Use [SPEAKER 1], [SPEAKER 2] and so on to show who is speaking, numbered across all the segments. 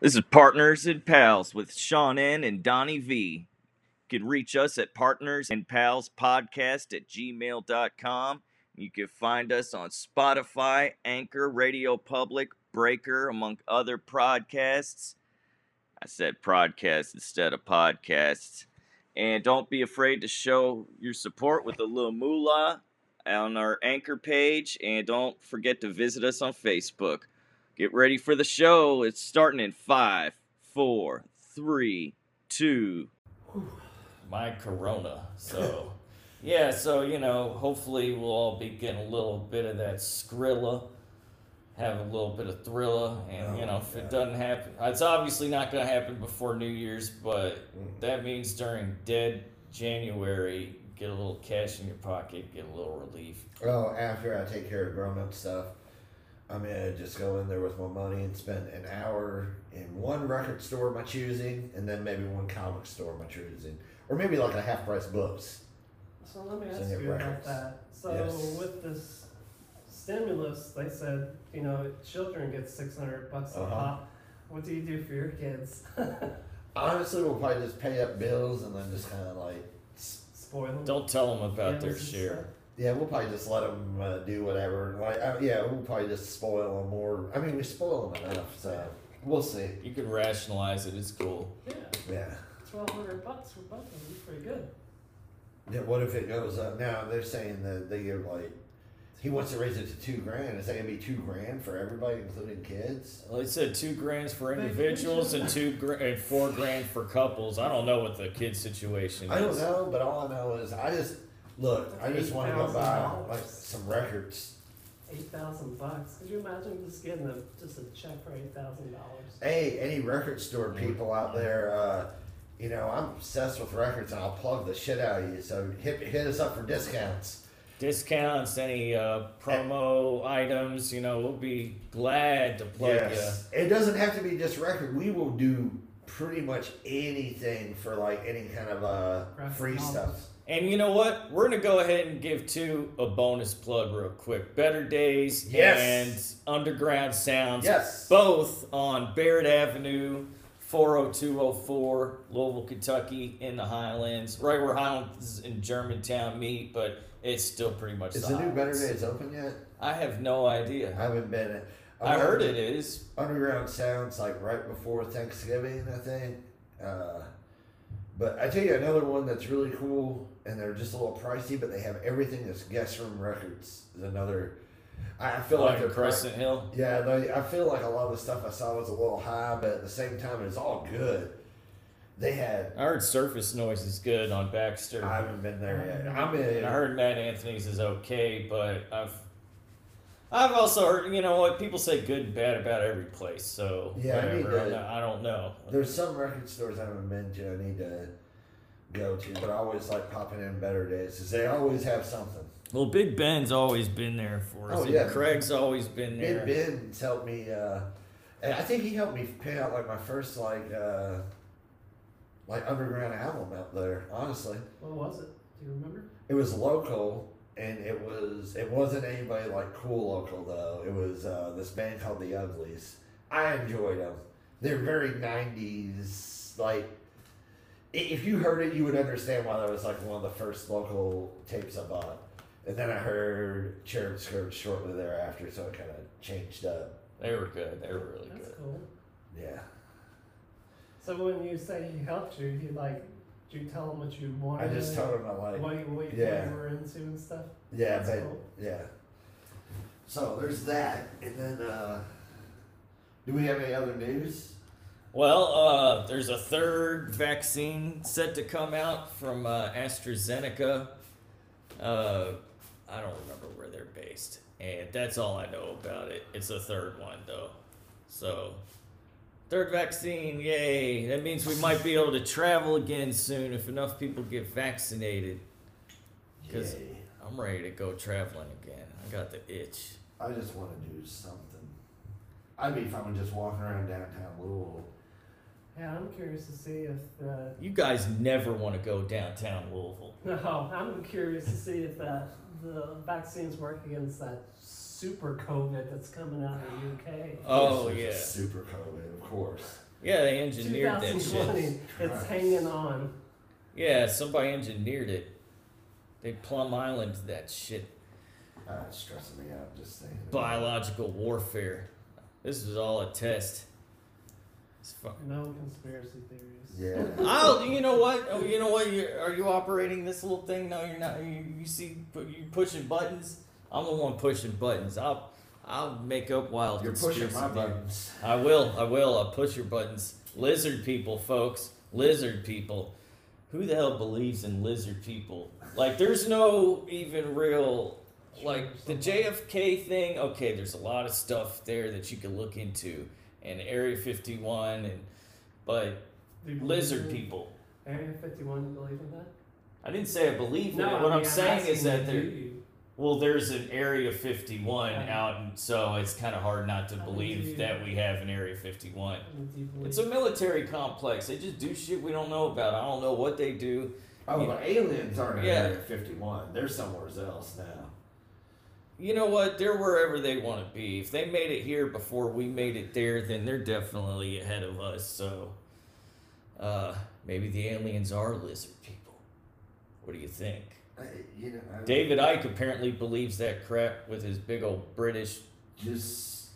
[SPEAKER 1] This is Partners and Pals with Sean N. and Donnie V. You can reach us at Partners and Pals Podcast at gmail.com. You can find us on Spotify, Anchor, Radio Public, Breaker, among other podcasts. I said podcast instead of podcasts. And don't be afraid to show your support with a little moolah on our anchor page. And don't forget to visit us on Facebook. Get ready for the show. It's starting in five, four, three, two.
[SPEAKER 2] my corona. So, yeah, so, you know, hopefully we'll all be getting a little bit of that Skrilla, have a little bit of Thrilla, and, you
[SPEAKER 3] Oh,
[SPEAKER 2] know, if it doesn't happen, it's obviously not going to happen before New Year's, but
[SPEAKER 3] Mm.
[SPEAKER 2] that means during dead January, get a little cash in your pocket, get a little relief.
[SPEAKER 4] Oh, after I take care of grown up stuff, I'm gonna just go in there with my money and spend an hour in one record store of my choosing, and then maybe one comic store of my choosing, or maybe like a half price books.
[SPEAKER 3] So let me
[SPEAKER 4] It's
[SPEAKER 3] ask
[SPEAKER 4] in
[SPEAKER 3] you
[SPEAKER 4] your
[SPEAKER 3] about
[SPEAKER 4] records.
[SPEAKER 3] that. So
[SPEAKER 4] Yes.
[SPEAKER 3] with this stimulus, they said, you know, children get six hundred bucks a
[SPEAKER 4] Uh-huh.
[SPEAKER 3] pop. What do you do for your kids?
[SPEAKER 4] Honestly, we'll probably just pay up bills and then just kind of like,
[SPEAKER 3] Spoil them.
[SPEAKER 2] Don't tell them about
[SPEAKER 3] Oh, Yeah,
[SPEAKER 2] their
[SPEAKER 3] this is
[SPEAKER 2] share.
[SPEAKER 4] yeah, we'll probably just let them uh, do whatever. Like, uh, yeah, we'll probably just spoil them more. I mean, we spoil them enough, so we'll see.
[SPEAKER 2] You can rationalize it, it's cool.
[SPEAKER 3] Yeah,
[SPEAKER 4] Yeah.
[SPEAKER 3] twelve hundred bucks for both of them. Pretty good.
[SPEAKER 4] Yeah, what if it goes up? Now they're saying that they give like he wants to raise it to two grand. Is that gonna be two grand for everybody, including kids?
[SPEAKER 2] Well, They said two grand for individuals and two gra- and four grand for couples. I don't know what the kid situation is.
[SPEAKER 4] I don't know, but all I know is I just look. I just want to go buy
[SPEAKER 3] $8,000.
[SPEAKER 4] like some records.
[SPEAKER 3] Eight thousand bucks. Could you imagine just getting a just a check for eight thousand dollars?
[SPEAKER 4] Hey, any record store
[SPEAKER 3] Mm-hmm.
[SPEAKER 4] people out there? Uh, you know, I'm obsessed with records, and I'll plug the shit out of you. So hit hit us up for discounts.
[SPEAKER 2] discounts, any
[SPEAKER 4] Eh.
[SPEAKER 2] uh, promo items, you know, we'll be glad to plug
[SPEAKER 4] it doesn't have to be just record. We will do pretty much anything for like any kind of uh,
[SPEAKER 3] Graphic
[SPEAKER 4] free
[SPEAKER 3] novels.
[SPEAKER 4] stuff.
[SPEAKER 2] you. And you know what? We're gonna go ahead and give two a bonus plug real quick. Better Days
[SPEAKER 4] Yes.
[SPEAKER 2] and Underground Sounds.
[SPEAKER 4] Yes.
[SPEAKER 2] Both on Barrett Avenue, 40204, Louisville, Kentucky, in the Highlands, right where Highlands and Germantown meet, but it's still pretty much.
[SPEAKER 4] Is the new Better
[SPEAKER 2] Highlands.
[SPEAKER 4] Days open yet?
[SPEAKER 2] I have no
[SPEAKER 4] I
[SPEAKER 2] idea.
[SPEAKER 4] haven't been.
[SPEAKER 2] I heard it is.
[SPEAKER 4] Underground sounds like right before Thanksgiving, I think. Uh, but I tell you another one that's really cool, and they're just a little pricey, but they have everything that's guest room records. Is another. I I feel like
[SPEAKER 2] Like
[SPEAKER 4] they're
[SPEAKER 2] Crescent Hill.
[SPEAKER 4] Yeah, they, I feel like a lot of the stuff I saw was a little high, but at the same time, it's all good. They had.
[SPEAKER 2] I heard Surface Noise is good on Baxter.
[SPEAKER 4] I haven't been there yet. I'm in.
[SPEAKER 2] And Uh, I heard Matt Anthony's is okay, but I've I've also heard you know what people say good and bad about every place. So
[SPEAKER 4] Yeah, I need
[SPEAKER 2] whatever. I'm
[SPEAKER 4] to-
[SPEAKER 2] not- I don't know.
[SPEAKER 4] There's some record stores I haven't been to. I need to go to, but I always like popping in better days because they always have something.
[SPEAKER 2] Well, Big Ben's always been there for us.
[SPEAKER 4] Oh,
[SPEAKER 2] and
[SPEAKER 4] yeah.
[SPEAKER 2] Craig's always been there.
[SPEAKER 4] Big Ben's helped me. Uh, and I think he helped me pay out like my first like uh, like underground album out there. Honestly,
[SPEAKER 3] What was it? Do you remember?
[SPEAKER 4] it was local, and it was it wasn't anybody like cool local though. It was uh, this band called the Uglies. I enjoyed them. They're very '90s like. i- If you heard it, you would understand why that was like one of the first local tapes I bought. And then I heard Cherub Skirt shortly thereafter, so it kind of changed up.
[SPEAKER 2] They were good. They were really
[SPEAKER 3] That's
[SPEAKER 2] good.
[SPEAKER 3] cool.
[SPEAKER 4] Yeah.
[SPEAKER 3] So when you say he helped you, he like, did you tell him what you
[SPEAKER 4] I
[SPEAKER 3] wanted?
[SPEAKER 4] just told him I like.
[SPEAKER 3] what you, what you, what
[SPEAKER 4] Yeah.
[SPEAKER 3] you were into and stuff.
[SPEAKER 4] yeah,
[SPEAKER 3] That's
[SPEAKER 4] but,
[SPEAKER 3] cool.
[SPEAKER 4] yeah. So there's that, and then uh, do we have any other news?
[SPEAKER 2] Well, uh, there's a third vaccine set to come out from uh, AstraZeneca. Uh, I don't remember where they're based, and that's all I know about it. It's a third one though, so third vaccine, yay! That means we might be able to travel again soon if enough people get vaccinated. 'Cause-
[SPEAKER 4] Yay.
[SPEAKER 2] I'm ready to go traveling again. I got the itch.
[SPEAKER 4] I just want to do something. I'd be fine with just walking around downtown Louisville.
[SPEAKER 3] Yeah, I'm curious to see if the
[SPEAKER 2] You guys never want to go downtown Louisville.
[SPEAKER 3] no, I'm curious to see if that the vaccines work against that super COVID that's coming out of the UK.
[SPEAKER 2] Oh
[SPEAKER 4] Yes,
[SPEAKER 2] yeah.
[SPEAKER 4] there's a Super COVID, of course.
[SPEAKER 2] Yeah, they engineered that shit.
[SPEAKER 3] 2020, it's hanging on.
[SPEAKER 2] Yeah, somebody engineered it. They plumb island that shit.
[SPEAKER 4] Ah, it's stressing me out just saying. it.
[SPEAKER 2] Biological warfare. This was all a test. It's fucking.
[SPEAKER 3] No conspiracy theories.
[SPEAKER 4] Yeah.
[SPEAKER 2] Oh, you know what? Oh, you know what? You're, are you operating this little thing? No, you're not. You, you see, you pushing buttons. I'm the one pushing buttons. I'll, I'll make up wild.
[SPEAKER 4] You're pushing my
[SPEAKER 2] conspiracy theories.
[SPEAKER 4] buttons.
[SPEAKER 2] I will. I will. I'll push your buttons. Lizard people, folks. Lizard people. Who the hell believes in lizard people? Like, there's no even real. Like, the JFK thing, okay, there's a lot of stuff there that you can look into. And Area 51, and. But
[SPEAKER 3] Do you
[SPEAKER 2] lizard
[SPEAKER 3] believe
[SPEAKER 2] people.
[SPEAKER 3] in- Area 51, you believe in that?
[SPEAKER 2] I didn't say I believe in it. What
[SPEAKER 3] I mean,
[SPEAKER 2] I'm saying is
[SPEAKER 3] asking
[SPEAKER 2] that
[SPEAKER 3] you,
[SPEAKER 2] there.
[SPEAKER 3] do you?
[SPEAKER 2] Well, there's an Area 51
[SPEAKER 3] Right.
[SPEAKER 2] out, and so it's kind of hard not to
[SPEAKER 3] I mean, do
[SPEAKER 2] believe
[SPEAKER 3] you-
[SPEAKER 2] that we have an Area 51.
[SPEAKER 3] I mean, do you believe
[SPEAKER 2] It's a military complex. They just do shit we don't know about. I don't know what they do.
[SPEAKER 4] Oh,
[SPEAKER 2] Yeah.
[SPEAKER 4] but aliens aren't in
[SPEAKER 2] Yeah.
[SPEAKER 4] Area 51. They're somewhere else now.
[SPEAKER 2] You know what? They're wherever they want to be. If they made it here before we made it there, then they're definitely ahead of us. So uh, maybe the aliens are lizard people. What do you think?
[SPEAKER 4] I, you know, I,
[SPEAKER 2] David Icke apparently believes that crap with his big old British.
[SPEAKER 4] just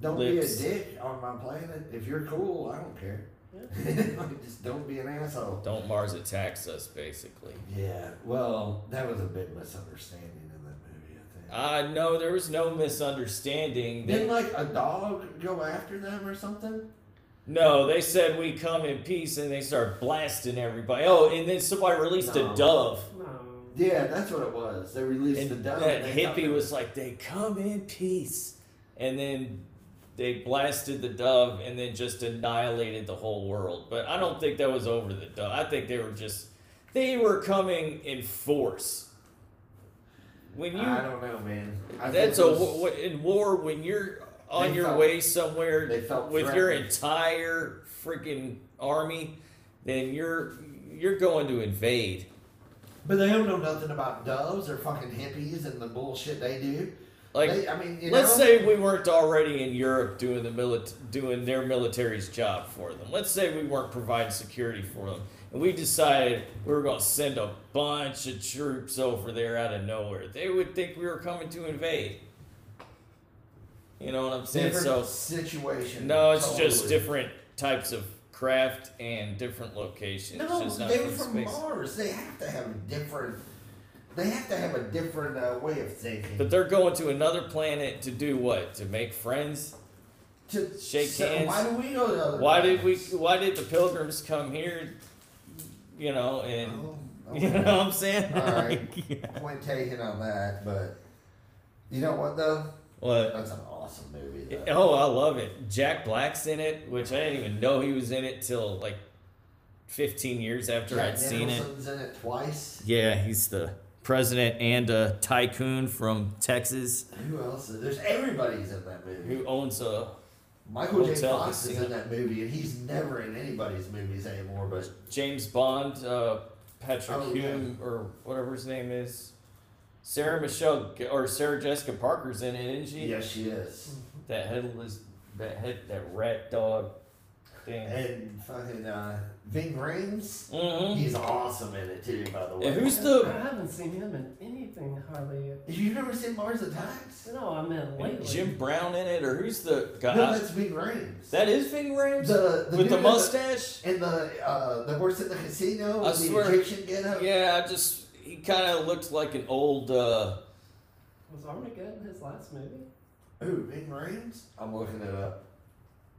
[SPEAKER 4] don't
[SPEAKER 2] Lips.
[SPEAKER 4] be a dick on my planet. If you're cool, I don't care. Like, just don't be an asshole.
[SPEAKER 2] Don't Mars attacks us, basically.
[SPEAKER 4] Yeah. Well, that was a big misunderstanding in that movie. I think.
[SPEAKER 2] Uh, no, there was no misunderstanding.
[SPEAKER 4] Didn't like a dog go after them or something?
[SPEAKER 2] No, they said we come in peace, and they start blasting everybody. Oh, and then somebody released
[SPEAKER 4] No.
[SPEAKER 2] a dove,
[SPEAKER 3] No.
[SPEAKER 4] Yeah, that's what it was. They released
[SPEAKER 2] and
[SPEAKER 4] the dove.
[SPEAKER 2] that
[SPEAKER 4] and they thought they
[SPEAKER 2] hippie
[SPEAKER 4] were-
[SPEAKER 2] was like, "They come in peace," and then they blasted the dove, and then just annihilated the whole world. But I don't think that was over the dove. I think they were just they were coming in force. When you
[SPEAKER 4] I don't know, man. I think
[SPEAKER 2] That's
[SPEAKER 4] it
[SPEAKER 2] a
[SPEAKER 4] was-
[SPEAKER 2] wa- in war when you're on
[SPEAKER 4] They
[SPEAKER 2] your
[SPEAKER 4] felt-
[SPEAKER 2] way somewhere
[SPEAKER 4] they felt
[SPEAKER 2] with your
[SPEAKER 4] threatened.
[SPEAKER 2] entire freaking army, then you're you're going to invade.
[SPEAKER 4] But they don't know nothing about doves or fucking hippies and the bullshit they do.
[SPEAKER 2] Like,
[SPEAKER 4] They- I mean, you
[SPEAKER 2] let's
[SPEAKER 4] know?
[SPEAKER 2] say we weren't already in Europe doing the milit- doing their military's job for them. Let's say we weren't providing security for them, and we decided we were going to send a bunch of troops over there out of nowhere. They would think we were coming to invade. You know what I'm saying?
[SPEAKER 4] different
[SPEAKER 2] so
[SPEAKER 4] situation.
[SPEAKER 2] No, it's just
[SPEAKER 4] totally.
[SPEAKER 2] different types of craft and different locations.
[SPEAKER 4] No,
[SPEAKER 2] just not
[SPEAKER 4] they were
[SPEAKER 2] from
[SPEAKER 4] from
[SPEAKER 2] space.
[SPEAKER 4] Mars. They have to have a different. They have to have a different uh, way of thinking.
[SPEAKER 2] But they're going to another planet to do what? To make friends?
[SPEAKER 4] to
[SPEAKER 2] shake
[SPEAKER 4] so
[SPEAKER 2] hands.
[SPEAKER 4] Why do we go to other?
[SPEAKER 2] Why did we?
[SPEAKER 4] planets?
[SPEAKER 2] Why did the pilgrims come here? You know, and
[SPEAKER 4] Oh,
[SPEAKER 2] you
[SPEAKER 4] okay.
[SPEAKER 2] know what I'm saying?
[SPEAKER 4] All right.
[SPEAKER 2] Like, yeah.
[SPEAKER 4] Point taken on that, but you know what though?
[SPEAKER 2] What?
[SPEAKER 4] That's an awesome movie. Though.
[SPEAKER 2] Oh, I love it. Jack Black's in it, which I didn't even know he was in it till like 15 years after
[SPEAKER 4] Jack
[SPEAKER 2] I'd seen it.
[SPEAKER 4] Nicholson's in it twice.
[SPEAKER 2] Yeah, he's the president and a tycoon from Texas.
[SPEAKER 4] Who else? is- There's everybody's in that movie.
[SPEAKER 2] who owns uh, a
[SPEAKER 4] Michael J.
[SPEAKER 2] Hotel
[SPEAKER 4] Fox is
[SPEAKER 2] Casino.
[SPEAKER 4] in that movie, and he's never in anybody's movies anymore. But
[SPEAKER 2] James Bond, uh, Patrick
[SPEAKER 4] Oh, yeah.
[SPEAKER 2] Hume, or whatever his name is. Sarah Michelle G- or Sarah Jessica Parker's in it, isn't she?
[SPEAKER 4] yes, she is.
[SPEAKER 2] That headless, that head, that rat dog thing.
[SPEAKER 4] And fucking uh, Ving Rhames,
[SPEAKER 2] Mm-hmm.
[SPEAKER 4] he's awesome in it too. By the way,
[SPEAKER 2] And who's
[SPEAKER 3] I
[SPEAKER 2] the
[SPEAKER 3] haven't seen him in anything hardly.
[SPEAKER 4] You've never seen Mars Attacks?
[SPEAKER 3] No, I meant lately.
[SPEAKER 2] Jim Brown in it, or who's the guy?
[SPEAKER 4] No, that's Ving Rhames.
[SPEAKER 2] that is Ving Rhames
[SPEAKER 4] the, the
[SPEAKER 2] with the
[SPEAKER 4] dude
[SPEAKER 2] mustache.
[SPEAKER 4] in the, in the uh, the horse in the casino.
[SPEAKER 2] I
[SPEAKER 4] with the
[SPEAKER 2] swear-
[SPEAKER 4] Egyptian getup.
[SPEAKER 2] Yeah, I just he kind of looked like an old. uh
[SPEAKER 3] Was Armageddon his last movie?
[SPEAKER 4] Who Ving Rhames? I'm looking it up.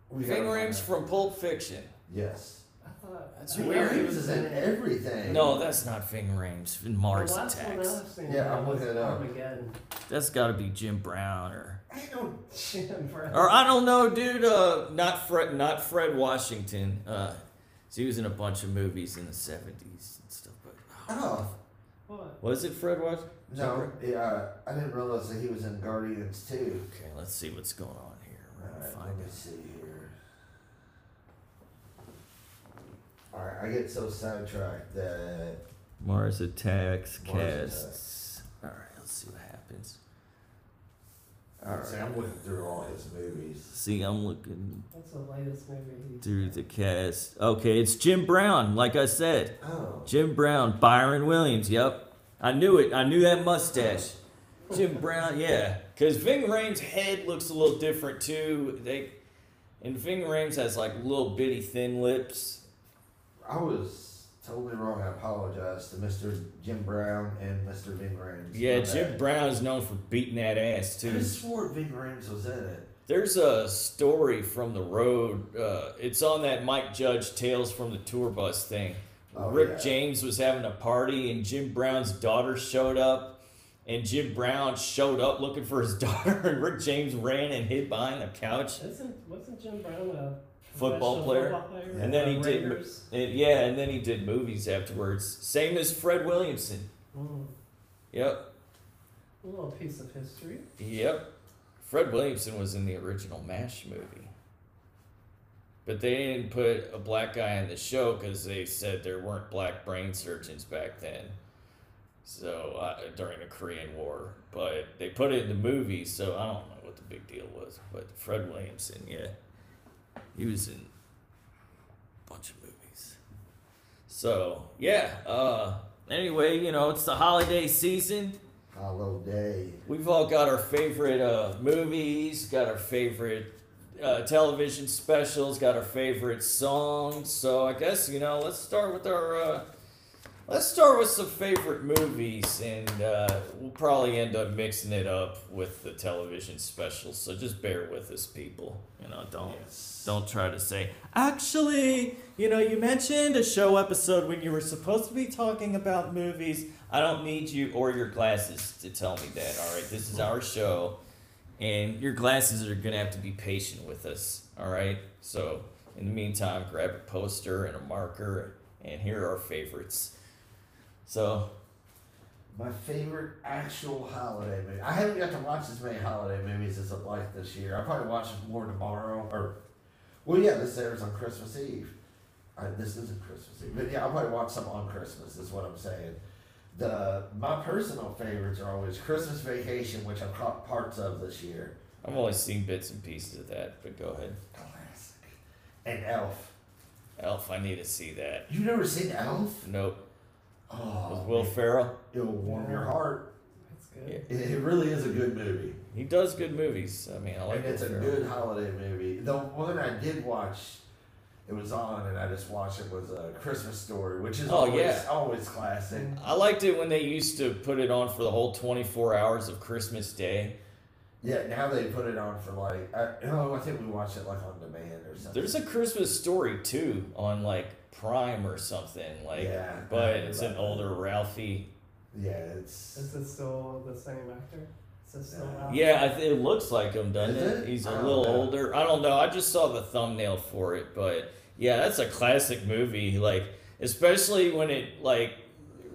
[SPEAKER 4] We
[SPEAKER 2] Ving
[SPEAKER 4] gotta find
[SPEAKER 2] Rhames
[SPEAKER 4] out.
[SPEAKER 2] from Pulp Fiction.
[SPEAKER 4] Yes.
[SPEAKER 3] I thought
[SPEAKER 2] That's
[SPEAKER 3] I thought
[SPEAKER 2] weird.
[SPEAKER 4] Ving Rhames is in everything.
[SPEAKER 2] No, that's not Ving Rhames. Mars
[SPEAKER 3] the last
[SPEAKER 2] Attacks.
[SPEAKER 3] One I've seen
[SPEAKER 4] Yeah,
[SPEAKER 3] him
[SPEAKER 4] I'm
[SPEAKER 3] was
[SPEAKER 4] looking it up.
[SPEAKER 3] Armageddon.
[SPEAKER 2] That's got to be Jim Brown or
[SPEAKER 4] I don't.
[SPEAKER 3] Jim Brown.
[SPEAKER 2] or I don't know, dude. Uh, not Fred, not Fred Washington. Uh, 'cause he was in a bunch of movies in the seventies and stuff. But
[SPEAKER 4] Oh
[SPEAKER 3] What?
[SPEAKER 2] was it Fred Washington?
[SPEAKER 4] no! Yeah, I didn't realize that he was in Guardians too.
[SPEAKER 2] Okay, let's see what's going on here. We're gonna
[SPEAKER 4] Alright, let
[SPEAKER 2] find
[SPEAKER 4] me
[SPEAKER 2] it.
[SPEAKER 4] see here. Alright, I get so sidetracked that
[SPEAKER 2] Mars Attacks
[SPEAKER 4] Mars
[SPEAKER 2] casts. All right, let's see what happens.
[SPEAKER 4] uh,
[SPEAKER 2] All
[SPEAKER 4] See,
[SPEAKER 2] right.
[SPEAKER 4] I'm looking through all his movies.
[SPEAKER 2] See, I'm looking
[SPEAKER 3] What's the latest movie?
[SPEAKER 2] through the cast. Okay, it's Jim Brown. Like I said,
[SPEAKER 4] Oh.
[SPEAKER 2] Jim Brown, Byron Williams. Yep, I knew it. I knew that mustache. Jim Brown, yeah, because Ving Rhames' head looks a little different too. They and Ving Rhames has like little bitty thin lips.
[SPEAKER 4] I was totally wrong. I apologize to Mr. Jim Brown and Mr. Ving Rhames.
[SPEAKER 2] Yeah,
[SPEAKER 4] My
[SPEAKER 2] Jim
[SPEAKER 4] bad.
[SPEAKER 2] Brown is known for beating that ass
[SPEAKER 4] I
[SPEAKER 2] too.
[SPEAKER 4] swore Ving Rhames was in it.
[SPEAKER 2] There's a story from the road. Uh, it's on that Mike Judge Tales from the Tour Bus thing.
[SPEAKER 4] Oh,
[SPEAKER 2] Rick
[SPEAKER 4] yeah.
[SPEAKER 2] James was having a party, and Jim Brown's daughter showed up, and Jim Brown showed up looking for his daughter, and Rick James ran and hid behind the couch.
[SPEAKER 3] Isn't wasn't Jim Brown a
[SPEAKER 2] Football
[SPEAKER 3] professional
[SPEAKER 2] player?
[SPEAKER 3] football player?
[SPEAKER 2] And then he
[SPEAKER 3] Uh,
[SPEAKER 2] did-
[SPEAKER 3] Raiders?
[SPEAKER 2] And yeah, and then he did movies afterwards. Same as Fred Williamson.
[SPEAKER 3] Mm,
[SPEAKER 2] Yep,
[SPEAKER 3] a little piece of history.
[SPEAKER 2] yep. Fred Williamson was in the original MASH movie. But they didn't put a black guy in the show because they said there weren't black brain surgeons back then. So uh, during the Korean War, but they put it in the movie, so I don't know what the big deal was. But Fred Williamson, yeah, he was in a bunch of movies. So yeah. Uh, anyway, you know it's the holiday season.
[SPEAKER 4] Hollow Day.
[SPEAKER 2] We've all got our favorite uh, movies, got our favorite uh, television specials, got our favorite songs. So I guess you know, let's start with our. Uh, let's start with some favorite movies, and uh, we'll probably end up mixing it up with the television specials. So just bear with us, people. You know, don't don't try to say actually. You know, you mentioned a show episode when you were supposed to be talking about movies. I don't need you or your glasses to tell me that. All right, this is our show, and your glasses are gonna have to be patient with us. All right, so in the meantime, grab a poster and a marker, and here are our favorites. So
[SPEAKER 4] My favorite actual holiday movie. I haven't got to watch as many holiday movies as I'd like this year. I'll probably watch more tomorrow. Or, well, yeah, this airs on Christmas Eve. I, this isn't Christmas Eve, but yeah, I'll probably watch some on Christmas. Is what I'm saying. The my personal favorites are always Christmas Vacation, which I've caught parts of this year.
[SPEAKER 2] I've only seen bits and pieces of that, but go ahead.
[SPEAKER 4] Classic. And Elf.
[SPEAKER 2] Elf, I need to see that.
[SPEAKER 4] You never seen Elf?
[SPEAKER 2] Nope.
[SPEAKER 4] Oh,
[SPEAKER 2] With Will Ferrell.
[SPEAKER 4] it'll warm your heart.
[SPEAKER 3] That's good.
[SPEAKER 2] Yeah.
[SPEAKER 4] It, it really is a good movie.
[SPEAKER 2] He does good movies. I mean, I like
[SPEAKER 4] and it's a
[SPEAKER 2] Will Ferrell.
[SPEAKER 4] good holiday movie. The one I did watch, it was on, and I just watched it was a Christmas Story, which is
[SPEAKER 2] Oh,
[SPEAKER 4] always,
[SPEAKER 2] yeah.
[SPEAKER 4] always classic.
[SPEAKER 2] I liked it when they used to put it on for the whole 24 hours of Christmas Day.
[SPEAKER 4] Yeah, now they put it on for like I, oh, I think we watched it like on demand or something.
[SPEAKER 2] There's a Christmas story too on like Prime or something like
[SPEAKER 4] Yeah, I
[SPEAKER 2] but
[SPEAKER 4] heard
[SPEAKER 2] it's an
[SPEAKER 4] about
[SPEAKER 2] older Ralphie.
[SPEAKER 4] yeah, it's
[SPEAKER 3] Is it still the same actor? Is it still
[SPEAKER 4] Yeah.
[SPEAKER 3] Al?
[SPEAKER 2] Yeah, I th- it looks like him, doesn't
[SPEAKER 4] Is
[SPEAKER 2] it?
[SPEAKER 4] it? Oh,
[SPEAKER 2] He's a
[SPEAKER 4] I don't
[SPEAKER 2] little
[SPEAKER 4] know.
[SPEAKER 2] older. I don't know. I just saw the thumbnail for it, but yeah, that's a classic movie like especially when it like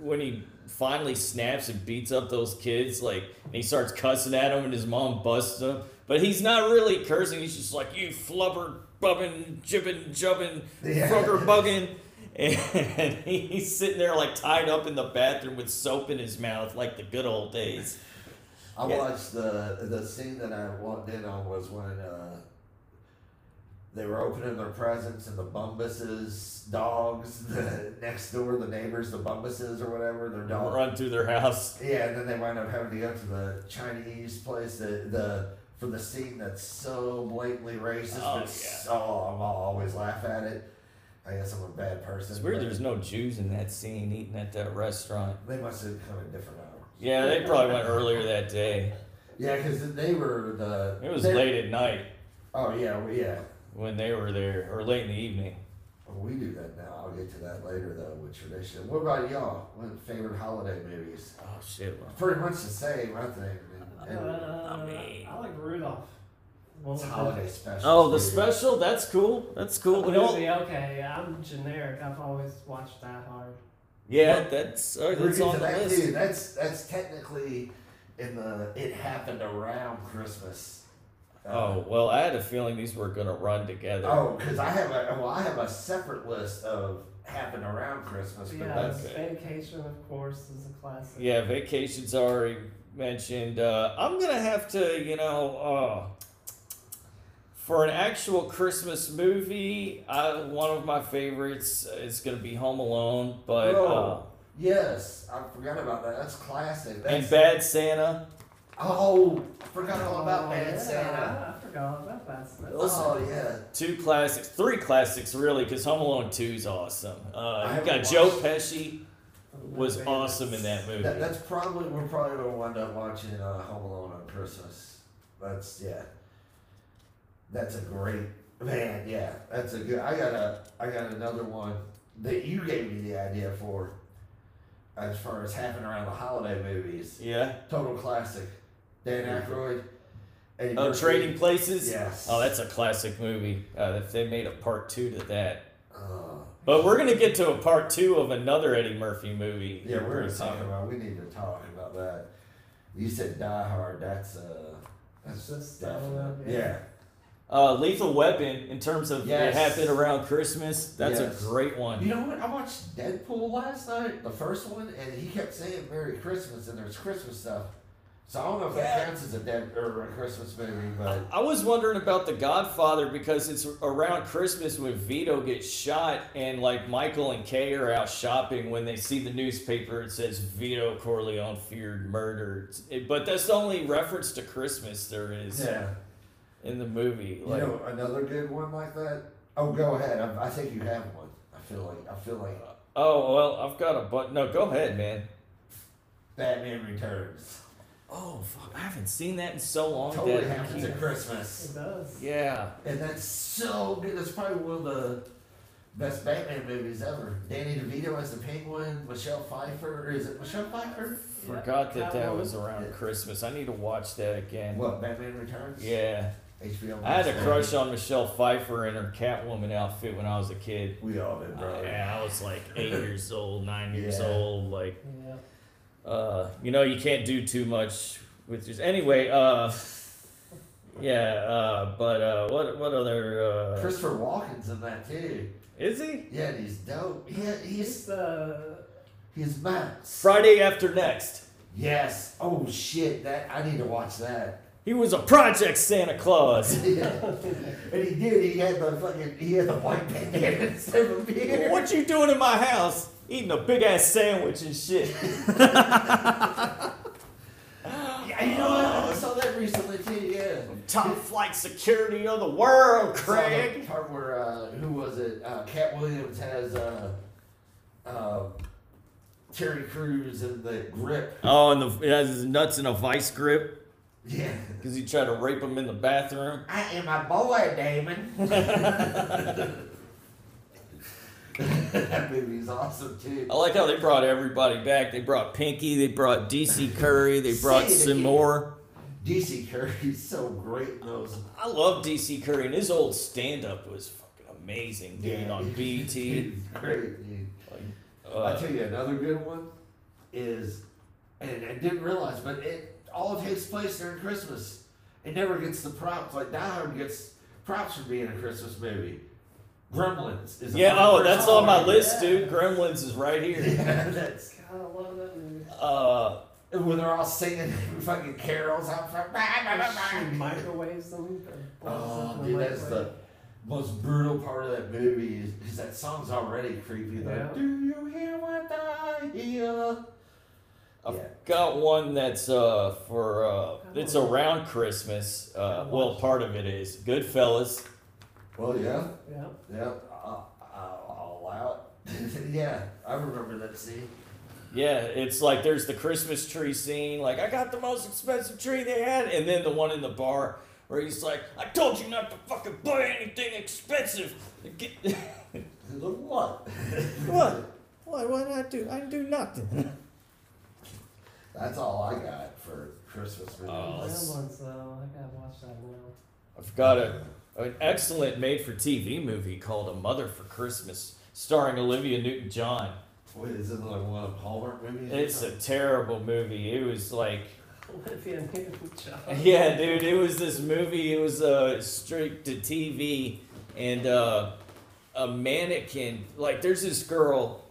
[SPEAKER 2] when he finally snaps and beats up those kids like and he starts cussing at him and his mom busts him but he's not really cursing he's just like you flubber bubbin jibbin jubbin
[SPEAKER 4] Yeah.
[SPEAKER 2] frugger buggin and he's sitting there like tied up in the bathroom with soap in his mouth like the good old days
[SPEAKER 4] I
[SPEAKER 2] Yeah.
[SPEAKER 4] watched the the scene that I walked in on was when uh, they were opening their presents and the Bumbuses dogs, the next door, the neighbors, the Bumbuses or whatever, their dog.
[SPEAKER 2] run through their house
[SPEAKER 4] Yeah, and then they wind up having to go to the Chinese place that the for the scene that's so blatantly racist.
[SPEAKER 2] Oh,
[SPEAKER 4] but so- I'm- I'll always laugh at it. I guess I'm a bad person.
[SPEAKER 2] it's weird
[SPEAKER 4] but
[SPEAKER 2] there's no jews in that scene eating at that restaurant
[SPEAKER 4] They must have come at different hours.
[SPEAKER 2] yeah they probably went earlier that day
[SPEAKER 4] Yeah, because they were the.
[SPEAKER 2] it was
[SPEAKER 4] they-
[SPEAKER 2] late at night
[SPEAKER 4] Oh yeah, well, yeah.
[SPEAKER 2] when they were there or late in the evening
[SPEAKER 4] We do that now. I'll get to that later though with tradition. What about y'all? What favorite holiday movies?
[SPEAKER 2] oh shit well,
[SPEAKER 4] Pretty much the same, I think. And- and
[SPEAKER 3] Uh,
[SPEAKER 2] I mean-
[SPEAKER 3] I like Rudolph. What
[SPEAKER 4] it's
[SPEAKER 3] was
[SPEAKER 4] holiday special.
[SPEAKER 2] Oh, the special? That's cool. That's cool. You know-
[SPEAKER 3] Movie, okay, I'm generic. I've always watched that hard.
[SPEAKER 2] yeah, that's uh,
[SPEAKER 4] We're
[SPEAKER 2] that's on the
[SPEAKER 4] that
[SPEAKER 2] list.
[SPEAKER 4] Dude, that's that's technically in the it happened around Christmas. Uh,
[SPEAKER 2] Oh well, I had a feeling these were gonna run together.
[SPEAKER 4] oh, because I have a well, I have a separate list of happened around Christmas, but
[SPEAKER 3] yeah,
[SPEAKER 4] that's
[SPEAKER 2] that's-
[SPEAKER 3] Vacation, of course, is a classic.
[SPEAKER 2] Yeah, vacation's already mentioned, uh, I'm gonna have to, you know, uh, for an actual Christmas movie, I, one of my favorites is gonna be Home Alone, but uh,
[SPEAKER 4] Oh, yes, I forgot about that. That's classic. That's,
[SPEAKER 2] and Bad Santa.
[SPEAKER 4] oh, I forgot all about
[SPEAKER 3] Oh,
[SPEAKER 4] Bad
[SPEAKER 3] yeah,
[SPEAKER 4] Santa.
[SPEAKER 3] I forgot all about Bad Santa.
[SPEAKER 2] Listen.
[SPEAKER 4] Oh yeah.
[SPEAKER 2] Two classics, three classics really, because Home Alone Two is awesome. Uh, you
[SPEAKER 4] haven't
[SPEAKER 2] got Joe
[SPEAKER 4] watched-
[SPEAKER 2] Pesci was
[SPEAKER 3] Bad
[SPEAKER 2] awesome in that movie.
[SPEAKER 4] That, that's probably we're probably gonna wind up watching uh, Home Alone on Christmas. That's yeah. That's a great man. Yeah, that's a good. I got a I got another one that you gave me the idea for. As far as happening around the holiday movies,
[SPEAKER 2] yeah.
[SPEAKER 4] total classic. Dan Aykroyd. Eddie
[SPEAKER 2] Mm-hmm. Oh,
[SPEAKER 4] Murphy.
[SPEAKER 2] Trading Places.
[SPEAKER 4] Yes.
[SPEAKER 2] Oh, that's a classic movie. Uh, if they made a part two to that.
[SPEAKER 4] Uh,
[SPEAKER 2] But we're gonna get to a part two of another Eddie Murphy movie.
[SPEAKER 4] yeah, we're gonna
[SPEAKER 2] pretty
[SPEAKER 4] talk
[SPEAKER 2] soon.
[SPEAKER 4] about. We need to talk about that. You said Die Hard. That's uh. That's
[SPEAKER 3] That's uh, the
[SPEAKER 4] definite.
[SPEAKER 3] one, yeah.
[SPEAKER 4] Yeah.
[SPEAKER 2] uh, Lethal Weapon in terms of
[SPEAKER 4] Yes.
[SPEAKER 2] it happened around Christmas. That's
[SPEAKER 4] Yes.
[SPEAKER 2] a great one.
[SPEAKER 4] You know what? I watched Deadpool last night, the first one, and he kept saying Merry Christmas, and there's Christmas stuff. So I don't know if that
[SPEAKER 2] Yeah.
[SPEAKER 4] counts as a dead or a Christmas movie, but
[SPEAKER 2] I was wondering about The Godfather because it's around Christmas when Vito gets shot, and like Michael and Kay are out shopping when they see the newspaper. It says Vito Corleone feared murder, It- but that's the only reference to Christmas there is
[SPEAKER 4] yeah.
[SPEAKER 2] in the movie.
[SPEAKER 4] You
[SPEAKER 2] Like,
[SPEAKER 4] know another good one like that? Oh, go ahead. I, I think you have one. I feel like I feel like
[SPEAKER 2] oh well, I've got a but. No, go ahead, man.
[SPEAKER 4] Batman Returns
[SPEAKER 2] Oh fuck, I haven't seen that in so long.
[SPEAKER 4] totally
[SPEAKER 2] that I
[SPEAKER 4] happens
[SPEAKER 2] can't-
[SPEAKER 4] at
[SPEAKER 3] It
[SPEAKER 4] Christmas,
[SPEAKER 3] does.
[SPEAKER 2] Yeah.
[SPEAKER 4] and that's so good. That's probably one of the best Batman movies ever. Danny DeVito as the Penguin, Michelle Pfeiffer. Is it Michelle Pfeiffer?
[SPEAKER 2] Forgot that that
[SPEAKER 3] Catwoman.
[SPEAKER 2] was around Christmas. I need to watch that again.
[SPEAKER 4] What Batman Returns?
[SPEAKER 2] Yeah.
[SPEAKER 4] HBO.
[SPEAKER 2] I had a
[SPEAKER 4] Max.
[SPEAKER 2] crush on Michelle Pfeiffer in her Catwoman outfit when I was a kid. Uh,
[SPEAKER 4] We all did, bro.
[SPEAKER 2] Yeah, I was like eight years old, nine years
[SPEAKER 4] Yeah.
[SPEAKER 2] old. Like,
[SPEAKER 3] Yeah.
[SPEAKER 2] uh, you know, you can't do too much with just. Anyway, uh, yeah, uh, but uh, what what other uh,
[SPEAKER 4] Christopher Walken's in that too.
[SPEAKER 2] is he?
[SPEAKER 4] Yeah, and he's dope. Yeah, he's
[SPEAKER 3] It's uh,
[SPEAKER 4] he's Max.
[SPEAKER 2] Friday after next,
[SPEAKER 4] Yes. Oh shit! That I need to watch that.
[SPEAKER 2] he was a Project Santa Claus.
[SPEAKER 4] and he did. He had the fucking he had the white bandana instead of a beard.
[SPEAKER 2] what you doing in my house? Eating a big ass sandwich and shit.
[SPEAKER 4] Yeah, you know what? I saw that recently too. Yeah.
[SPEAKER 2] Top flight security of the world,
[SPEAKER 4] Saw the
[SPEAKER 2] Craig.
[SPEAKER 4] Part where uh, who was it? Uh, Cat Williams has uh, uh, Terry Crews in the grip.
[SPEAKER 2] Oh, and the it has his nuts in a vice grip
[SPEAKER 4] Yeah.
[SPEAKER 2] because he tried to rape him in the bathroom.
[SPEAKER 4] I am a boy, Damon. that movie's awesome too.
[SPEAKER 2] I like how they brought everybody back. They brought Pinky, they brought DC Curry, they brought
[SPEAKER 4] Say it
[SPEAKER 2] some
[SPEAKER 4] again.
[SPEAKER 2] more.
[SPEAKER 4] DC Curry's so great in those.
[SPEAKER 2] I love DC Curry, and his old stand up was fucking amazing, dude, on BT.
[SPEAKER 4] He's great, dude.
[SPEAKER 2] Like,
[SPEAKER 4] I
[SPEAKER 2] uh,
[SPEAKER 4] tell you, another good one is, and I didn't realize, but it all takes place during Christmas. It never gets the props like Die Hard gets props for being a Christmas movie. Gremlins is a
[SPEAKER 2] yeah, oh,
[SPEAKER 4] Christmas
[SPEAKER 2] that's on my
[SPEAKER 4] movie.
[SPEAKER 2] list, dude. Gremlins is right here.
[SPEAKER 4] Yeah, that's
[SPEAKER 3] God, I love that movie.
[SPEAKER 2] Uh,
[SPEAKER 4] when they're all singing fucking carols out front.
[SPEAKER 3] She microwaves them. or boils
[SPEAKER 4] Oh,
[SPEAKER 3] them in
[SPEAKER 4] dude,
[SPEAKER 3] the
[SPEAKER 4] that's the
[SPEAKER 3] microwave.
[SPEAKER 4] most brutal part of that movie is, is that song's already creepy. Like,
[SPEAKER 3] Yeah.
[SPEAKER 4] do you hear what I hear?
[SPEAKER 2] I've
[SPEAKER 4] Yeah.
[SPEAKER 2] got one that's uh for uh it's around Christmas. Uh, well, part of it is Goodfellas.
[SPEAKER 4] Well, yeah,
[SPEAKER 3] Yeah.
[SPEAKER 4] yeah, uh, I'll, I'll allow it. yeah, I remember that scene.
[SPEAKER 2] Yeah, it's like there's the Christmas tree scene, like I got the most expensive tree they had, and then the one in the bar where he's like, I told you not to fucking buy anything expensive. Get
[SPEAKER 4] The what?
[SPEAKER 2] what? Why? Why not do? I do nothing.
[SPEAKER 4] That's all I got for Christmas movies.
[SPEAKER 2] Oh,
[SPEAKER 3] That
[SPEAKER 2] it's-
[SPEAKER 3] one's though, I gotta watch that now.
[SPEAKER 2] I've got a an excellent made-for-TV movie called A Mother for Christmas, starring Olivia Newton-John.
[SPEAKER 4] Wait, is it like one of the Hallmark movies? or
[SPEAKER 2] It's a
[SPEAKER 4] something?
[SPEAKER 2] terrible movie. It was like
[SPEAKER 3] Olivia Newton-John.
[SPEAKER 2] Yeah, dude, it was this movie. It was uh, straight to TV, and uh, a mannequin. Like, there's this girl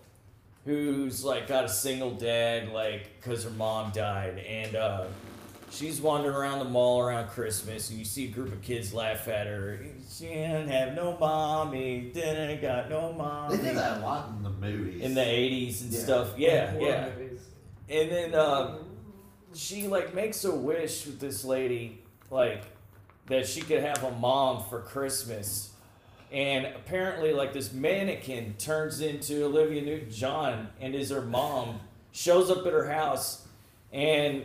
[SPEAKER 2] who's like got a single dad, like because her mom died, and uh, she's wandering around the mall around Christmas, and you see a group of kids laugh at her. She didn't have no mommy, didn't got no
[SPEAKER 4] They
[SPEAKER 2] mommy.
[SPEAKER 4] did that a lot in the movies.
[SPEAKER 2] In the '80s and
[SPEAKER 4] Yeah.
[SPEAKER 2] stuff, yeah,
[SPEAKER 3] War
[SPEAKER 2] yeah.
[SPEAKER 3] movies.
[SPEAKER 2] And then um, she like makes a wish with this lady like that she could have a mom for christmas and apparently like this mannequin turns into olivia newton-john and is her mom shows up at her house and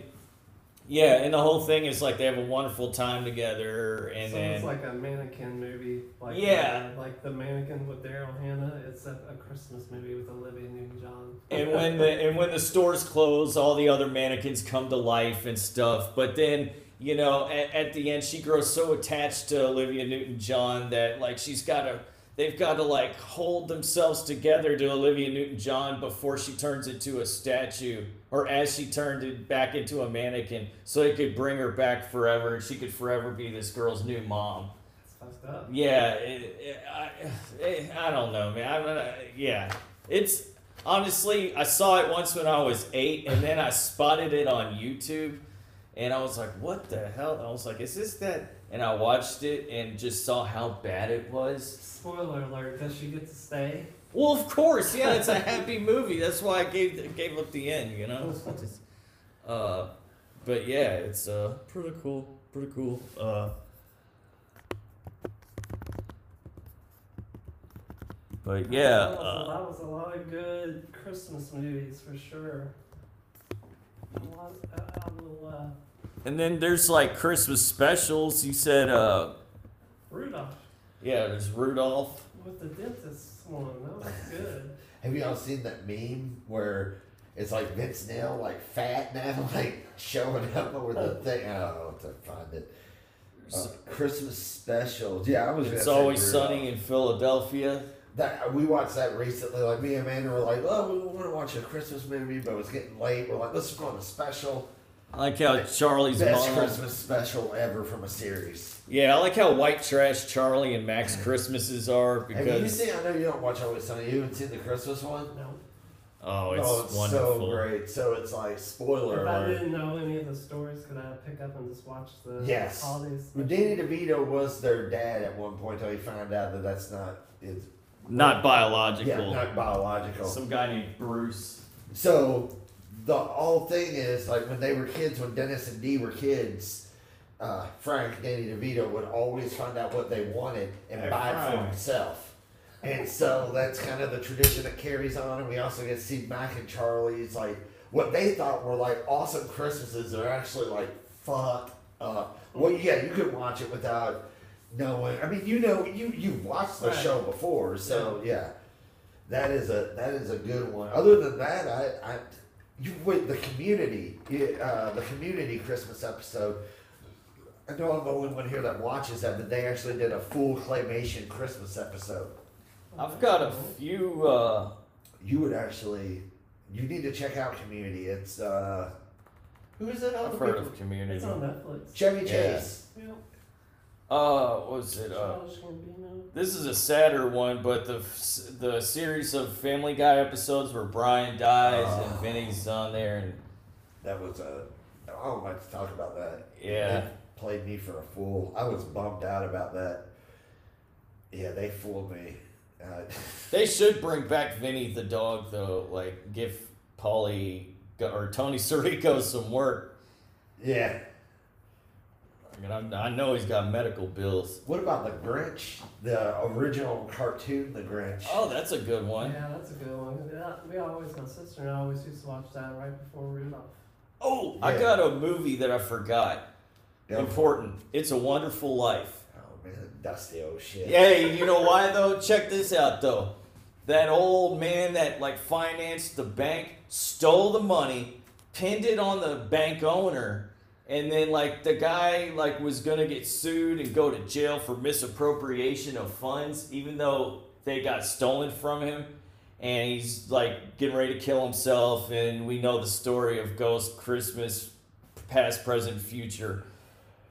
[SPEAKER 2] yeah and the whole thing is like they have a wonderful time together and
[SPEAKER 3] so
[SPEAKER 2] then
[SPEAKER 3] it's like a mannequin movie. Like
[SPEAKER 2] Yeah.
[SPEAKER 3] The, like the mannequin with Daryl Hannah. It's a, a Christmas movie with Olivia Newton-John.
[SPEAKER 2] and when the and when the stores close, all the other mannequins come to life and stuff. But then you know, at, at the end, she grows so attached to Olivia Newton John that like she's got to they've got to like hold themselves together to Olivia Newton John before she turns into a statue or as she turned it back into a mannequin, so they could bring her back forever and she could forever be this girl's new mom.
[SPEAKER 3] It's fucked up.
[SPEAKER 2] Yeah, it, it, I, it, I don't know, man. I'm gonna, yeah, it's honestly, I saw it once when I was eight, and then I spotted it on YouTube, and I was like, "What the hell?" And I was like, "Is this that?" And I watched it and just saw how bad it was.
[SPEAKER 3] Spoiler alert, does she get to stay?
[SPEAKER 2] Well, of course, yeah, it's a happy movie. That's why I gave gave up the end, you know. Just, uh, but yeah, it's uh pretty cool, pretty cool. Uh, but yeah,
[SPEAKER 3] That was, a,
[SPEAKER 2] uh,
[SPEAKER 3] that was a lot of good Christmas movies for sure. A lot, a, a little, uh,
[SPEAKER 2] and then there's like Christmas specials. You said, uh,
[SPEAKER 3] Rudolph
[SPEAKER 2] yeah, there's Rudolph.
[SPEAKER 3] with the dentist one. That was good.
[SPEAKER 4] Have y'all seen that meme where it's like Vince Neil, like fat now, like showing up over the
[SPEAKER 3] Oh.
[SPEAKER 4] thing? Oh, I don't know to find it. Uh, Christmas specials. Yeah, I was. gonna
[SPEAKER 2] It's
[SPEAKER 4] say
[SPEAKER 2] always
[SPEAKER 4] Rudolph.
[SPEAKER 2] sunny in Philadelphia.
[SPEAKER 4] That we watched that recently. Like me and Amanda were like, "Oh, we want to watch a Christmas movie, but it's getting late. We're like, let's go on a special.
[SPEAKER 2] I like how Charlie's
[SPEAKER 4] Best
[SPEAKER 2] mom.
[SPEAKER 4] Christmas special ever from a series."
[SPEAKER 2] Yeah, I like how white trash Charlie and Max Christmases are because.
[SPEAKER 4] Have you seen? I know you don't watch Always Sunny. You haven't seen the Christmas one.
[SPEAKER 3] No,
[SPEAKER 2] Oh, it's, wonderful.
[SPEAKER 4] so great. So it's like spoiler
[SPEAKER 3] if I
[SPEAKER 4] alert.
[SPEAKER 3] didn't know any of the stories, could I pick up and just watch the
[SPEAKER 4] Yes.
[SPEAKER 3] holidays?
[SPEAKER 4] Danny DeVito was their dad at one point until he found out that that's not it's
[SPEAKER 2] Not biological.
[SPEAKER 4] yeah, not biological.
[SPEAKER 2] Some guy named Bruce.
[SPEAKER 4] so the whole thing is like when they were kids, when Dennis and Dee were kids, uh, Frank Danny DeVito would always find out what they wanted and
[SPEAKER 2] Hey,
[SPEAKER 4] buy it for
[SPEAKER 2] Frank.
[SPEAKER 4] himself. And so that's kind of the tradition that carries on, and we also get to see Mac and Charlie's like what they thought were like awesome Christmases are actually like fucked up. Well, yeah, you could watch it without knowing. I mean, you know, you you watched the
[SPEAKER 3] Right.
[SPEAKER 4] show before, so yeah, that is a that is a good one. Other than that, I I you wait the community yeah, uh, the community Christmas episode. I know I'm the only one here that watches that, but they actually did a full claymation Christmas episode.
[SPEAKER 2] I've got a few. Uh,
[SPEAKER 4] You would actually, you need to check out Community. It's uh, who is it? All
[SPEAKER 2] I've
[SPEAKER 4] the
[SPEAKER 2] heard
[SPEAKER 4] people-
[SPEAKER 2] of Community.
[SPEAKER 3] It's on Netflix.
[SPEAKER 4] Chevy
[SPEAKER 2] Yeah.
[SPEAKER 4] Chase.
[SPEAKER 3] Yeah.
[SPEAKER 2] Uh, what was it? Uh,
[SPEAKER 3] Charles Gambino.
[SPEAKER 2] this is a sadder one, but the f- the series of Family Guy episodes where Brian dies and
[SPEAKER 4] Oh.
[SPEAKER 2] Vinny's on there, and
[SPEAKER 4] That was a. I don't like to talk about that.
[SPEAKER 2] Yeah.
[SPEAKER 4] They played me for a fool. I was bummed out about that. Yeah, they fooled me. Uh,
[SPEAKER 2] they should bring back Vinny the dog though. Like give Polly or Tony Sirico some work.
[SPEAKER 4] yeah.
[SPEAKER 2] I mean, I'm, I know he's got medical bills.
[SPEAKER 4] What about the Grinch? The original cartoon, The Grinch.
[SPEAKER 2] Oh, that's a good one.
[SPEAKER 3] Yeah, that's a good one. Yeah, we always, my sister and I always used to watch that right before Rudolph.
[SPEAKER 2] Oh, I
[SPEAKER 4] Yeah.
[SPEAKER 2] got a movie that I forgot.
[SPEAKER 4] Yeah.
[SPEAKER 2] Important. It's a Wonderful Life.
[SPEAKER 4] Oh, man, dusty old shit.
[SPEAKER 2] Hey, you know why though? Check this out though. That old man that like financed the bank stole the money, pinned it on the bank owner, and then like the guy like was gonna get sued and go to jail for misappropriation of funds, even though they got stolen from him. And he's like getting ready to kill himself, and we know the story of Ghost Christmas, past, present, future.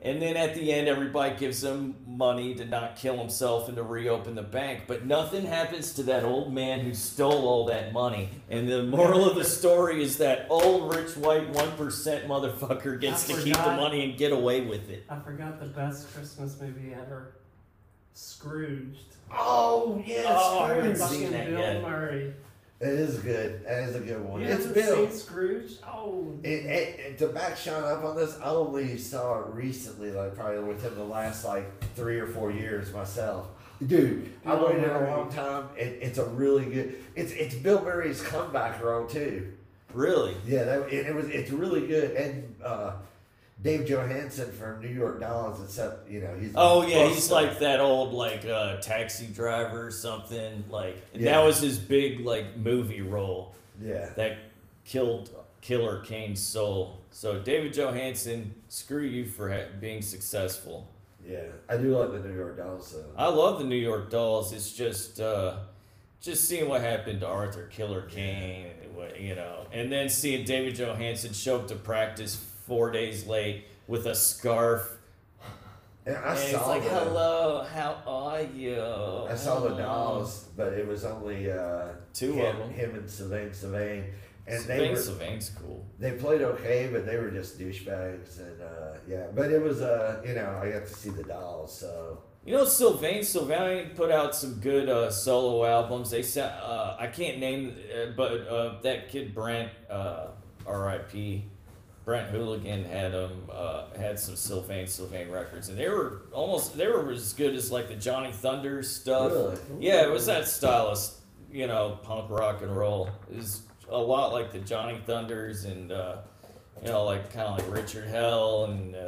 [SPEAKER 2] And then at the end, everybody gives him money to not kill himself and to reopen the bank. But nothing happens to that old man who stole all that money. And the moral of the story is that old rich white 1% motherfucker gets
[SPEAKER 3] I
[SPEAKER 2] to keep the
[SPEAKER 3] forgot.
[SPEAKER 2] money and get away with it.
[SPEAKER 3] I forgot the best Christmas movie ever. Scrooged.
[SPEAKER 4] Oh yes,
[SPEAKER 2] Oh, I haven't
[SPEAKER 4] Scrooge.
[SPEAKER 2] seen
[SPEAKER 3] Fucking
[SPEAKER 2] that
[SPEAKER 3] Bill
[SPEAKER 2] yet.
[SPEAKER 3] Murray.
[SPEAKER 4] It is good. That is a good one.
[SPEAKER 3] You
[SPEAKER 4] it's
[SPEAKER 3] haven't
[SPEAKER 4] Bill.
[SPEAKER 3] seen Scrooge? Oh,
[SPEAKER 4] It, it, it- to back Sean up on this, I only saw it recently, like probably within the last like three or four years myself. Dude, I
[SPEAKER 3] Bill
[SPEAKER 4] waited a
[SPEAKER 3] Murray.
[SPEAKER 4] long time. It, it's a really good. It's it's Bill Murray's comeback role too.
[SPEAKER 2] Really?
[SPEAKER 4] Yeah, that, it, it was. It's really good. And uh, Dave Johansen from New York Dolls, except you know he's
[SPEAKER 2] Oh, yeah, he's
[SPEAKER 4] Buster.
[SPEAKER 2] like that old, like, uh, taxi driver or something. Like, and
[SPEAKER 4] Yeah.
[SPEAKER 2] that was his big, like, movie role.
[SPEAKER 4] yeah.
[SPEAKER 2] that killed Killer Kane's soul. So David Johansen, screw you for ha- being successful.
[SPEAKER 4] Yeah, I do like the New York Dolls though.
[SPEAKER 2] I love the New York Dolls. It's just uh, just seeing what happened to Arthur Killer Kane, and what- you know, and then seeing David Johansen show up to practice four days late with a scarf.
[SPEAKER 4] And I
[SPEAKER 2] and it's
[SPEAKER 4] saw
[SPEAKER 2] like,
[SPEAKER 4] the,
[SPEAKER 2] hello, how are you?
[SPEAKER 4] I saw the
[SPEAKER 2] Hello."
[SPEAKER 4] dolls, but it was only uh,
[SPEAKER 2] Oh. Two of
[SPEAKER 4] him,
[SPEAKER 2] them.
[SPEAKER 4] Him and Sylvain Sylvain, and they
[SPEAKER 2] Sylvain
[SPEAKER 4] were
[SPEAKER 2] Sylvain's cool.
[SPEAKER 4] they played okay, but they were just douchebags, and uh, yeah. But it was uh, you know, I got to see the dolls, so
[SPEAKER 2] You know, Sylvain Sylvain put out some good uh, solo albums. They sa uh, I can't name, uh, but uh, that kid Brent, uh, R.I.P. Brent Hooligan had um uh, had some Sylvain Sylvain records, and they were almost they were as good as like the Johnny Thunder stuff.
[SPEAKER 4] really,
[SPEAKER 2] Yeah, it was that style of you know punk rock and roll. It was a lot like the Johnny Thunders and uh, you know like kind of like Richard Hell and uh,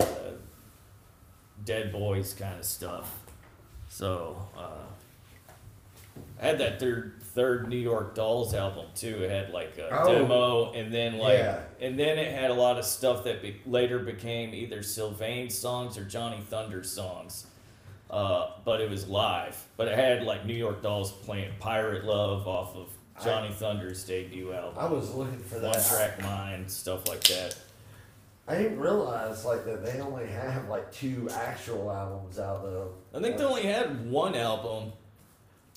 [SPEAKER 2] Dead Boys kind of stuff. So uh, I had that third third New York Dolls album too. It had like a
[SPEAKER 4] Oh.
[SPEAKER 2] demo and then like
[SPEAKER 4] Yeah.
[SPEAKER 2] and then it had a lot of stuff that be- later became either Sylvain songs or Johnny Thunder songs uh, but it was live. But it had like New York Dolls playing "Pirate Love" off of Johnny Thunder's debut album,
[SPEAKER 4] I was looking for
[SPEAKER 2] One
[SPEAKER 4] that.
[SPEAKER 2] Track Mind, stuff like that.
[SPEAKER 4] I didn't realize like that they only have like two actual albums out uh, though.
[SPEAKER 2] I think they only had one album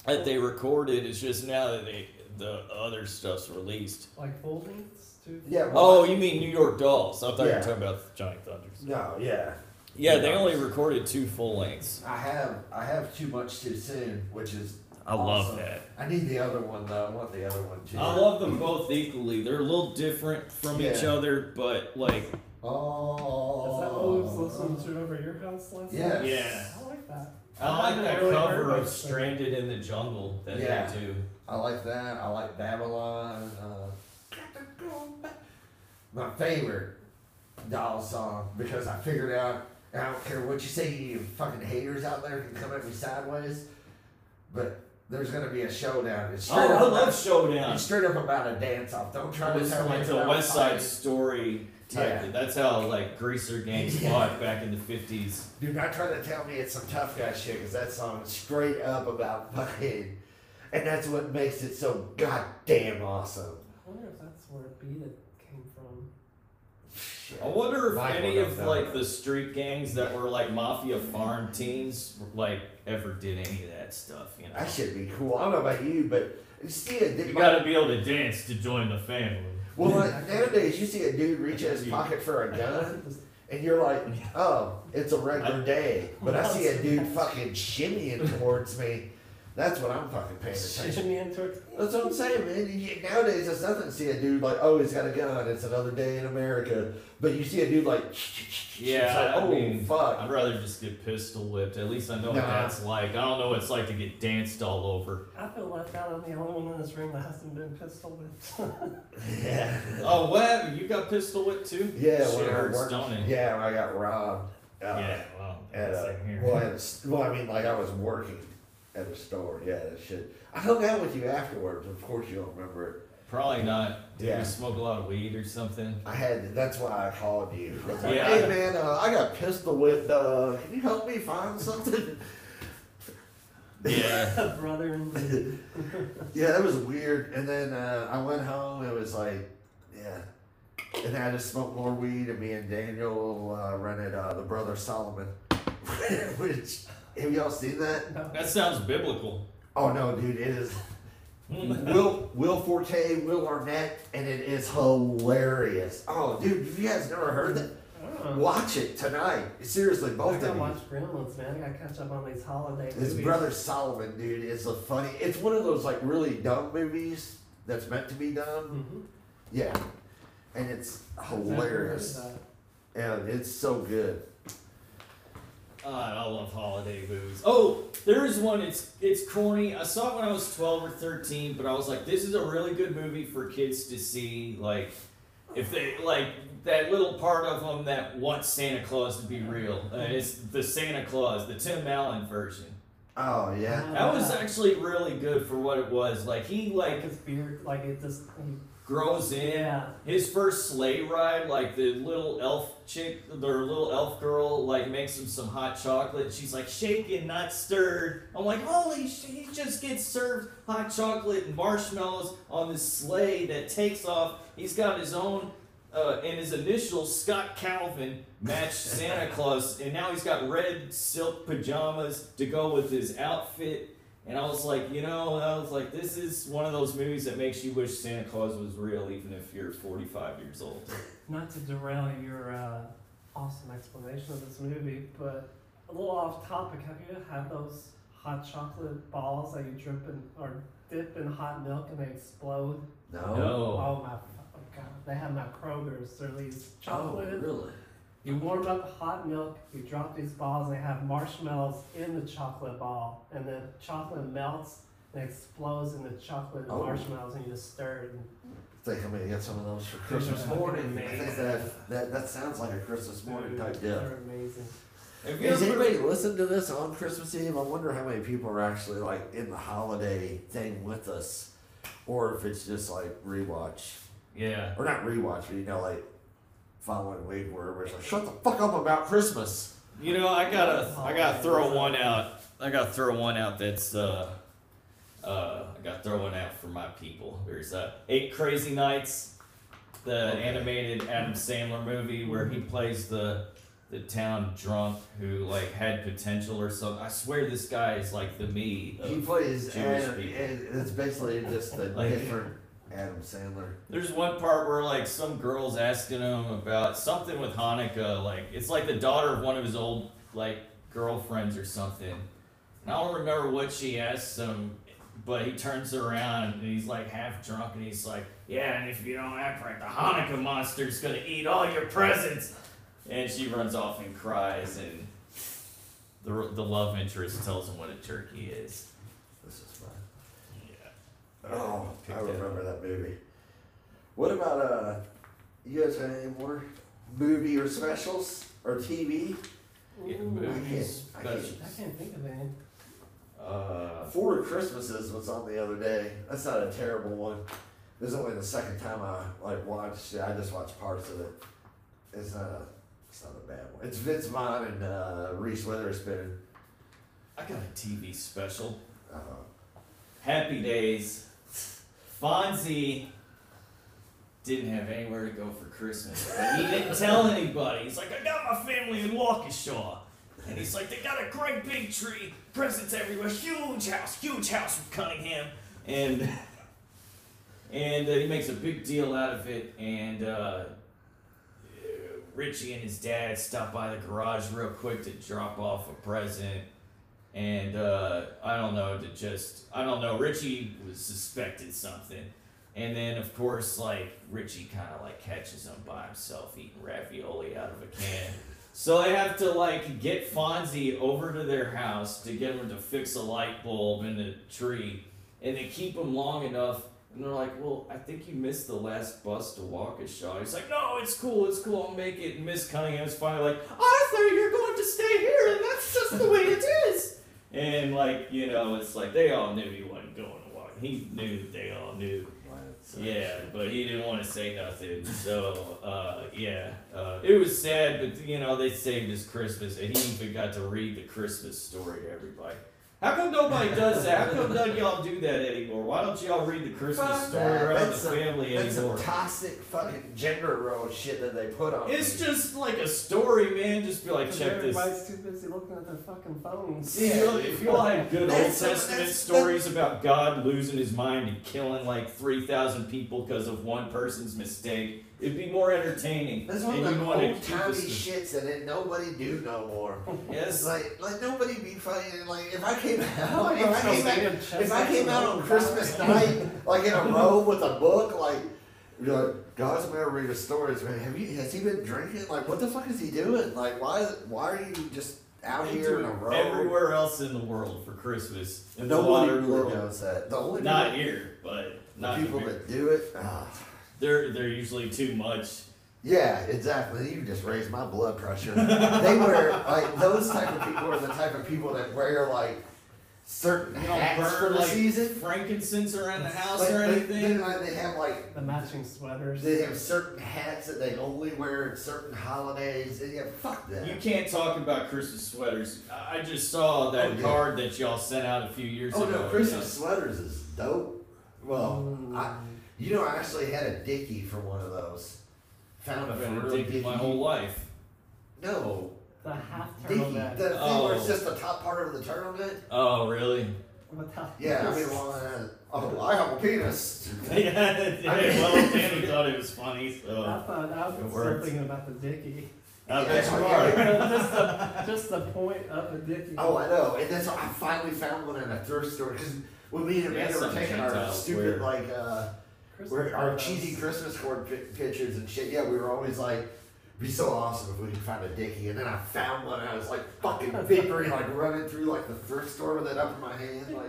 [SPEAKER 2] that they recorded. It's just now that they the other stuff's released.
[SPEAKER 3] like full lengths too.
[SPEAKER 4] Yeah.
[SPEAKER 2] Oh, you mean New York Dolls? I thought you
[SPEAKER 4] Yeah.
[SPEAKER 2] were talking about Johnny Thunders.
[SPEAKER 4] No, yeah.
[SPEAKER 2] Yeah, they only recorded two full lengths.
[SPEAKER 4] I have I have too much too soon, which is
[SPEAKER 2] I love
[SPEAKER 4] awesome.
[SPEAKER 2] that.
[SPEAKER 4] I need the other one though. I want the other one too.
[SPEAKER 2] I love them both equally. They're a little different from each
[SPEAKER 4] Yeah.
[SPEAKER 2] other, but like
[SPEAKER 4] Oh.
[SPEAKER 3] Is that what we was listening to over your house last
[SPEAKER 4] Yes.
[SPEAKER 3] night?
[SPEAKER 2] Yeah.
[SPEAKER 3] I like that.
[SPEAKER 2] I like
[SPEAKER 3] haven't
[SPEAKER 2] that
[SPEAKER 3] really heard
[SPEAKER 2] cover
[SPEAKER 3] much
[SPEAKER 2] of Stranded in the Jungle that
[SPEAKER 4] Yeah.
[SPEAKER 2] they do.
[SPEAKER 4] I like that. I like Babylon. Uh, gotta go back. My favorite doll song because I figured out. and I don't care what you say, you fucking haters out there can come at me sideways, but there's gonna be a showdown. It's straight
[SPEAKER 2] Oh,
[SPEAKER 4] up
[SPEAKER 2] I
[SPEAKER 4] about,
[SPEAKER 2] love Showdown.
[SPEAKER 4] It's straight up about a dance off. Don't try to
[SPEAKER 2] It's
[SPEAKER 4] tell me
[SPEAKER 2] like
[SPEAKER 4] it's
[SPEAKER 2] the
[SPEAKER 4] about
[SPEAKER 2] West Side
[SPEAKER 4] fighting.
[SPEAKER 2] Story type.
[SPEAKER 4] Yeah.
[SPEAKER 2] of- That's how like greaser gangs
[SPEAKER 4] Yeah.
[SPEAKER 2] fought back in the fifties.
[SPEAKER 4] Do not try to tell me it's some tough guy shit because that song is straight up about fucking, and that's what makes it so goddamn awesome.
[SPEAKER 3] I wonder if that's where Beat It came from.
[SPEAKER 2] I wonder if
[SPEAKER 4] Mike
[SPEAKER 2] any
[SPEAKER 4] would have
[SPEAKER 2] of
[SPEAKER 4] done
[SPEAKER 2] like
[SPEAKER 4] that.
[SPEAKER 2] the street gangs that were like mafia farm teens like ever did any of that stuff. You know,
[SPEAKER 4] That should be cool. I don't know about you, but you see a
[SPEAKER 2] you
[SPEAKER 4] dude.
[SPEAKER 2] gotta be able to dance to join the family.
[SPEAKER 4] well, like, nowadays you see a dude reach in his pocket for a gun, and you're like, "Oh, it's a regular day." But I see a dude fucking shimmying towards me. That's what I'm fucking paying attention.
[SPEAKER 3] Jimmy and Tor-
[SPEAKER 4] That's what I'm saying, man. You- Nowadays, it's nothing to see a dude like, "Oh, he's got a gun. It's another day in America." But you see a dude like, it's
[SPEAKER 2] Yeah, I
[SPEAKER 4] like, oh
[SPEAKER 2] mean,
[SPEAKER 4] fuck,
[SPEAKER 2] I'd rather just get pistol whipped. At least I know
[SPEAKER 4] Nah.
[SPEAKER 2] what that's like. I don't know what it's like to get danced all over.
[SPEAKER 3] I feel left out. I'm the only one in this room that hasn't been pistol whipped.
[SPEAKER 4] yeah,
[SPEAKER 2] Oh, what? You got pistol whipped too?
[SPEAKER 4] yeah.
[SPEAKER 2] Shit
[SPEAKER 4] When I
[SPEAKER 2] hurts,
[SPEAKER 4] worked,
[SPEAKER 2] don't it?
[SPEAKER 4] yeah, when I got robbed. Uh,
[SPEAKER 2] Yeah, well,
[SPEAKER 4] at
[SPEAKER 2] that's
[SPEAKER 4] a,
[SPEAKER 2] like here.
[SPEAKER 4] well, at a s- well, I mean, like I was working at a store. Yeah, that shit. I hung out with you afterwards. Of course, you don't remember. it.
[SPEAKER 2] Probably not. Did
[SPEAKER 4] Yeah.
[SPEAKER 2] you smoke a lot of weed or something?
[SPEAKER 4] I had. That's why I called you. I was like,
[SPEAKER 2] Yeah.
[SPEAKER 4] Hey, man, uh, I got pistol whipped. Uh, can you help me find something?
[SPEAKER 2] Yeah.
[SPEAKER 3] Brother and Beat
[SPEAKER 4] yeah, that was weird. And then uh, I went home. It was like, yeah, and I just smoked more weed. And me and Daniel uh, rented uh, the Brother Solomon, which have y'all seen that?
[SPEAKER 3] No.
[SPEAKER 2] That sounds biblical.
[SPEAKER 4] Oh no, dude, it is Will Will Forte, Will Arnett, and it is hilarious. Oh, dude, if you guys never heard that,
[SPEAKER 3] Oh.
[SPEAKER 4] watch it tonight. Seriously,
[SPEAKER 3] I
[SPEAKER 4] both
[SPEAKER 3] gotta
[SPEAKER 4] of
[SPEAKER 3] watch
[SPEAKER 4] you.
[SPEAKER 3] Gremlins, man. I gotta catch up on these holiday
[SPEAKER 4] His
[SPEAKER 3] movies.
[SPEAKER 4] brother Solomon, dude, is a funny. It's one of those like really dumb movies that's meant to be dumb.
[SPEAKER 3] Mhm.
[SPEAKER 4] Yeah, and it's
[SPEAKER 3] I've never heard
[SPEAKER 4] hilarious.
[SPEAKER 3] of that.
[SPEAKER 4] And it's so good.
[SPEAKER 2] God, Uh, I love holiday movies. Oh, there is one. It's it's corny. I saw it when I was twelve or thirteen, but I was like, this is a really good movie for kids to see. Like, if they like that little part of them that wants Santa Claus to be real. Uh, it's the Santa Claus, the Tim Allen version.
[SPEAKER 4] Oh yeah,
[SPEAKER 2] That was actually really good for what it was. Like he
[SPEAKER 3] Like
[SPEAKER 2] like
[SPEAKER 3] his beard, like it just.
[SPEAKER 2] grows in.
[SPEAKER 3] Yeah.
[SPEAKER 2] His first sleigh ride, like the little elf chick, their little elf girl, like makes him some hot chocolate. and She's like shaken, not stirred. I'm like, holy shit! He just gets served hot chocolate and marshmallows on this sleigh that takes off. He's got his own, uh, and his initials Scott Calvin match Santa Claus, and now he's got red silk pajamas to go with his outfit. And I was like, you know, I was like, this is one of those movies that makes you wish Santa Claus was real, even if you're 45 years old.
[SPEAKER 3] Not to derail your uh, awesome explanation of this movie, but a little off topic. Have you had those hot chocolate balls that you drip in or dip in hot milk and they explode?
[SPEAKER 4] no.
[SPEAKER 2] No.
[SPEAKER 3] Oh my fu- oh god! They have my Kroger's. They're these
[SPEAKER 4] Oh
[SPEAKER 3] chocolate.
[SPEAKER 4] really?
[SPEAKER 3] You warm up hot milk. You drop these balls. They have marshmallows in the chocolate ball, and the chocolate melts and explodes into chocolate and
[SPEAKER 4] Oh.
[SPEAKER 3] marshmallows, and you just stir it. And
[SPEAKER 4] I think I'm gonna get some of those for Christmas
[SPEAKER 3] Yeah.
[SPEAKER 4] morning. I think that, that that sounds like a Christmas morning type deal.
[SPEAKER 3] They're amazing.
[SPEAKER 2] Have you
[SPEAKER 4] Has
[SPEAKER 2] ever-
[SPEAKER 4] anybody listened to this on Christmas Eve? I wonder how many people are actually like in the holiday thing with us, or if it's just like rewatch
[SPEAKER 2] Yeah.
[SPEAKER 4] or not rewatch, but you know, like following week where everybody's like, "Shut the fuck up about Christmas."
[SPEAKER 2] You know, I gotta, I gotta throw one out. I gotta throw one out that's, uh, uh, I gotta throw one out for my people. There's uh, Eight Crazy Nights, the
[SPEAKER 4] Okay.
[SPEAKER 2] animated Adam Sandler movie where he plays the the town drunk who like had potential or something. I swear this guy is like the me. of-
[SPEAKER 4] He plays,
[SPEAKER 2] Jewish
[SPEAKER 4] Adam,
[SPEAKER 2] people.
[SPEAKER 4] and it's basically just a
[SPEAKER 2] Like-
[SPEAKER 4] different Adam Sandler.
[SPEAKER 2] There's one part where like some girl's asking him about something with Hanukkah, like it's like the daughter of one of his old like girlfriends or something. And I don't remember what she asked him, but he turns around and he's like half drunk and he's like, "Yeah, and if you don't act right, the Hanukkah monster's gonna eat all your presents." And she runs off and cries, and the the love interest tells him what a turkey is.
[SPEAKER 4] This is fun.
[SPEAKER 2] Yeah.
[SPEAKER 4] Oh,
[SPEAKER 2] Picked it
[SPEAKER 4] I
[SPEAKER 2] up.
[SPEAKER 4] remember that movie. What about uh, you guys have any more movie or specials or TV?
[SPEAKER 2] Yeah,
[SPEAKER 3] Ooh.
[SPEAKER 2] movies,
[SPEAKER 4] I can't- I can't-
[SPEAKER 2] specials.
[SPEAKER 3] I can't think of any.
[SPEAKER 2] Uh,
[SPEAKER 4] Four Christmases was on the other day. That's not a terrible one. This is only the second time I like watched it. I just watched parts of it. It's not a, it's not a bad one. It's Vince Vaughn and uh, Reese Witherspoon.
[SPEAKER 2] I got a TV special.
[SPEAKER 4] Uh,
[SPEAKER 2] Happy Days. Fonzie didn't have anywhere to go for Christmas, but he didn't tell anybody. He's like, I got my family in Waukesha. And he's like, they got a great big tree, presents everywhere, huge house, huge house with Cunningham. And and uh, he makes a big deal out of it. And uh, uh, Richie and his dad stop by the garage real quick to drop off a present and uh, I don't know to just I don't know. Richie was suspected something, and then of course like Richie kind of like catches him by himself eating ravioli out of a can. So they have to like get Fonzie over to their house to get him to fix a light bulb in the tree, and they keep him long enough. And they're like, "Well, I think you missed the last bus to Waukesha." He's like, "No, it's cool, it's cool. I'll make it." And Miss Cunningham's finally like, "Arthur, you're going to stay here, and that's just the way it is." And like you know, it's like they all knew he wasn't going to walk. He knew that they all knew. Yeah, but he didn't want to say nothing. So uh, yeah, uh, it was sad, but you know they saved his Christmas, and he even got to read the Christmas story to everybody. How come nobody does that? How come none of y'all do that anymore? Why don't y'all read the Christmas
[SPEAKER 4] Fuck
[SPEAKER 2] story
[SPEAKER 4] that.
[SPEAKER 2] around the
[SPEAKER 4] That's some-
[SPEAKER 2] family
[SPEAKER 4] That's
[SPEAKER 2] anymore?
[SPEAKER 4] some toxic fucking gender role shit that they put on.
[SPEAKER 2] It's
[SPEAKER 4] me.
[SPEAKER 2] just like a story, man. Just be like,
[SPEAKER 3] Because
[SPEAKER 2] check this.
[SPEAKER 3] Everybody's too busy looking at their fucking phones.
[SPEAKER 2] See,
[SPEAKER 4] Yeah.
[SPEAKER 2] look, if you all had good Old
[SPEAKER 4] That's- that's-
[SPEAKER 2] Testament
[SPEAKER 4] that's-
[SPEAKER 2] stories about God losing his mind and killing like 3,000 people because of one person's mistake, it'd be more entertaining.
[SPEAKER 4] That's one
[SPEAKER 2] And
[SPEAKER 4] of
[SPEAKER 2] you'd
[SPEAKER 4] the
[SPEAKER 2] wanna
[SPEAKER 4] old
[SPEAKER 2] keep
[SPEAKER 4] timey
[SPEAKER 2] this-
[SPEAKER 4] shits that it nobody do no more.
[SPEAKER 2] Yes.
[SPEAKER 4] It's like like nobody be fighting like if I came
[SPEAKER 2] Oh,
[SPEAKER 4] out
[SPEAKER 3] Nobody
[SPEAKER 4] if I
[SPEAKER 3] throws
[SPEAKER 4] came out,
[SPEAKER 3] damn
[SPEAKER 4] if I
[SPEAKER 3] chestnuts
[SPEAKER 4] came out
[SPEAKER 3] around
[SPEAKER 4] on
[SPEAKER 3] the
[SPEAKER 4] Christmas
[SPEAKER 3] fire.
[SPEAKER 4] night like in a robe with a book like you're like God's gonna read his stories man have you has he been drinking like what the fuck is he doing like why why are you just out
[SPEAKER 2] They do
[SPEAKER 4] here in a
[SPEAKER 2] it
[SPEAKER 4] robe
[SPEAKER 2] Everywhere else in the world for Christmas. In the
[SPEAKER 4] nobody
[SPEAKER 2] modern
[SPEAKER 4] really
[SPEAKER 2] world.
[SPEAKER 4] knows that the only
[SPEAKER 2] Not
[SPEAKER 4] people,
[SPEAKER 2] here, but
[SPEAKER 4] the
[SPEAKER 2] not
[SPEAKER 4] people
[SPEAKER 2] here.
[SPEAKER 4] that do it ah.
[SPEAKER 2] They're, they're usually too much.
[SPEAKER 4] Yeah, exactly. You just raised my blood pressure. they wear like those type of people are the type of people that wear like certain
[SPEAKER 2] You don't
[SPEAKER 4] hats for
[SPEAKER 2] burn
[SPEAKER 4] the
[SPEAKER 2] like
[SPEAKER 4] season.
[SPEAKER 2] frankincense around the house
[SPEAKER 4] Like,
[SPEAKER 2] or
[SPEAKER 4] they, they,
[SPEAKER 2] anything.
[SPEAKER 4] like, they have like
[SPEAKER 3] The matching sweaters.
[SPEAKER 4] they have certain hats that they only wear at certain holidays. And yeah, fuck that.
[SPEAKER 2] You can't talk about Christmas sweaters. I I just saw that
[SPEAKER 4] Oh, yeah.
[SPEAKER 2] card that y'all sent out a few years
[SPEAKER 4] oh
[SPEAKER 2] ago.
[SPEAKER 4] no, Christmas sweaters is dope. Well, I,
[SPEAKER 2] Mm.
[SPEAKER 4] you know, I actually had a dickie for one of those. Found a
[SPEAKER 2] I've
[SPEAKER 4] for
[SPEAKER 2] been
[SPEAKER 4] real
[SPEAKER 2] addicted my
[SPEAKER 4] dickie.
[SPEAKER 2] whole life.
[SPEAKER 4] No,
[SPEAKER 3] The half
[SPEAKER 4] dickie.
[SPEAKER 3] turtleneck.
[SPEAKER 4] The thing where it's
[SPEAKER 2] Oh.
[SPEAKER 4] just the top part of the turtleneck.
[SPEAKER 2] Oh, really?
[SPEAKER 3] Without-
[SPEAKER 4] Yeah, I mean, well, uh, oh, I have a penis.
[SPEAKER 2] yeah, well, Danny thought it was funny,
[SPEAKER 3] I
[SPEAKER 2] so. uh,
[SPEAKER 3] thought
[SPEAKER 2] It
[SPEAKER 3] I was still
[SPEAKER 2] works.
[SPEAKER 3] thinking about the dickie.
[SPEAKER 2] I bet you
[SPEAKER 4] Yeah.
[SPEAKER 2] are.
[SPEAKER 3] just, the, just the point of a dickie.
[SPEAKER 4] Oh, I know. And that's I finally found one in a thrift store because when me and
[SPEAKER 2] Yeah,
[SPEAKER 4] Amanda were
[SPEAKER 2] some
[SPEAKER 4] taking our
[SPEAKER 2] Gentiles wear-
[SPEAKER 4] stupid like uh,
[SPEAKER 3] Christmas
[SPEAKER 4] we're, our
[SPEAKER 3] photos.
[SPEAKER 4] cheesy Christmas card pi pictures and shit. Yeah, we were always like. Be so awesome if we could find a dickie, and then I found one. And I was like fucking victory, like running through like the thrift store with it up in my hand, like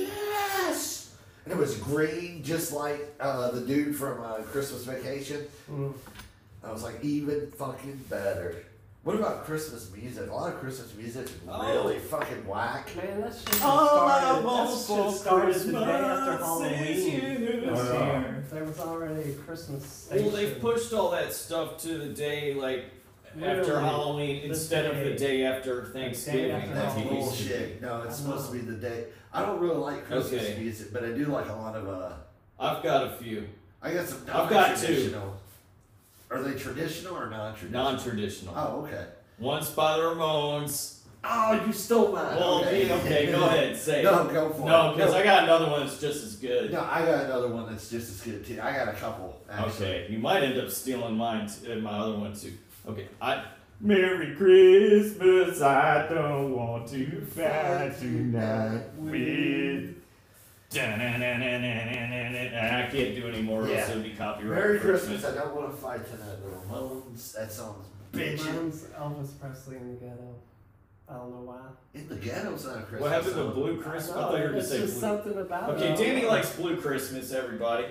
[SPEAKER 4] yes. And it was green, just like uh, the dude from uh, Christmas Vacation.
[SPEAKER 3] Mm.
[SPEAKER 4] I was like, even fucking better. What about Christmas music? A lot of Christmas music is
[SPEAKER 2] Oh.
[SPEAKER 4] really fucking whack.
[SPEAKER 3] Man, that shit
[SPEAKER 2] All I
[SPEAKER 3] started,
[SPEAKER 2] want
[SPEAKER 3] that
[SPEAKER 2] for
[SPEAKER 3] shit started the day after
[SPEAKER 2] Oh, Christmas is
[SPEAKER 3] Halloween.
[SPEAKER 2] you
[SPEAKER 3] this
[SPEAKER 4] Wow.
[SPEAKER 3] year. There was already a Christmas station.
[SPEAKER 2] Well, they've pushed all that stuff to the day, like, after
[SPEAKER 3] Literally,
[SPEAKER 2] Halloween
[SPEAKER 3] the
[SPEAKER 2] instead of the
[SPEAKER 3] day.
[SPEAKER 2] day after Thanksgiving.
[SPEAKER 3] after
[SPEAKER 4] That's
[SPEAKER 2] That's
[SPEAKER 3] Halloween.
[SPEAKER 2] what we used to do.
[SPEAKER 4] bullshit. No, it's
[SPEAKER 3] I know.
[SPEAKER 4] supposed to be the day. I don't really like Christmas
[SPEAKER 2] Okay.
[SPEAKER 4] music, but I do like a lot of. uh
[SPEAKER 2] I've got a few
[SPEAKER 4] I got some.
[SPEAKER 2] I've got two.
[SPEAKER 4] non-traditional- Are they traditional or non-traditional?
[SPEAKER 2] non-traditional.
[SPEAKER 4] Oh, okay.
[SPEAKER 2] Once by the Ramones.
[SPEAKER 4] Oh, you stole mine.
[SPEAKER 2] Well,
[SPEAKER 4] okay.
[SPEAKER 2] okay, okay, go ahead, say.
[SPEAKER 4] No, go for
[SPEAKER 2] No,
[SPEAKER 4] it.
[SPEAKER 2] because I got another one that's just as good.
[SPEAKER 4] No, I got another one that's just as good too. I got a couple actually.
[SPEAKER 2] Okay, you might end up stealing mine, t- uh, my other one too. Okay, I. Merry Christmas, I don't want to fight tonight with. Da-na-na-na-na-na-na-na. I can't do anymore,
[SPEAKER 4] Yeah.
[SPEAKER 2] so it'd be copyright.
[SPEAKER 4] Merry Christmas. I don't want to fight tonight, little Ramones. That song's bitchin'.
[SPEAKER 3] Mine's Elvis Presley in the ghetto. I don't know why.
[SPEAKER 4] In the ghetto's not a Christmas.
[SPEAKER 2] What happened to
[SPEAKER 4] song.
[SPEAKER 2] Blue Christmas? I
[SPEAKER 3] No,
[SPEAKER 2] thought you were going to
[SPEAKER 3] it's
[SPEAKER 2] say
[SPEAKER 3] just
[SPEAKER 2] Blue.
[SPEAKER 3] something about
[SPEAKER 2] Okay,
[SPEAKER 3] it.
[SPEAKER 2] Danny likes Blue Christmas, everybody.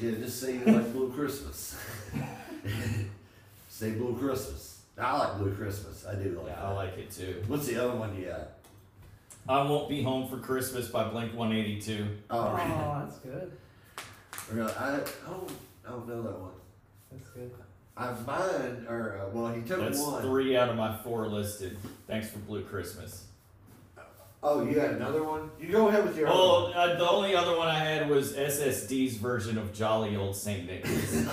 [SPEAKER 4] Yeah, just say you like Blue Christmas. say Blue Christmas. I like Blue Christmas. I do like
[SPEAKER 2] Yeah,
[SPEAKER 4] that.
[SPEAKER 2] I like it too.
[SPEAKER 4] What's the other one you got?
[SPEAKER 2] I Won't Be Home for Christmas by Blink 182.
[SPEAKER 4] Oh,
[SPEAKER 3] Oh, that's good.
[SPEAKER 4] really? I, I, don't, I don't know that one.
[SPEAKER 3] That's good.
[SPEAKER 4] I mine, or, uh, well, he took
[SPEAKER 2] That's
[SPEAKER 4] one.
[SPEAKER 2] three out of my four listed. Thanks for Blue Christmas.
[SPEAKER 4] Oh, you got another one? You go ahead with your
[SPEAKER 2] Oh, uh, the only other one I had was SSD's version of Jolly Old St. Nicholas.
[SPEAKER 4] own.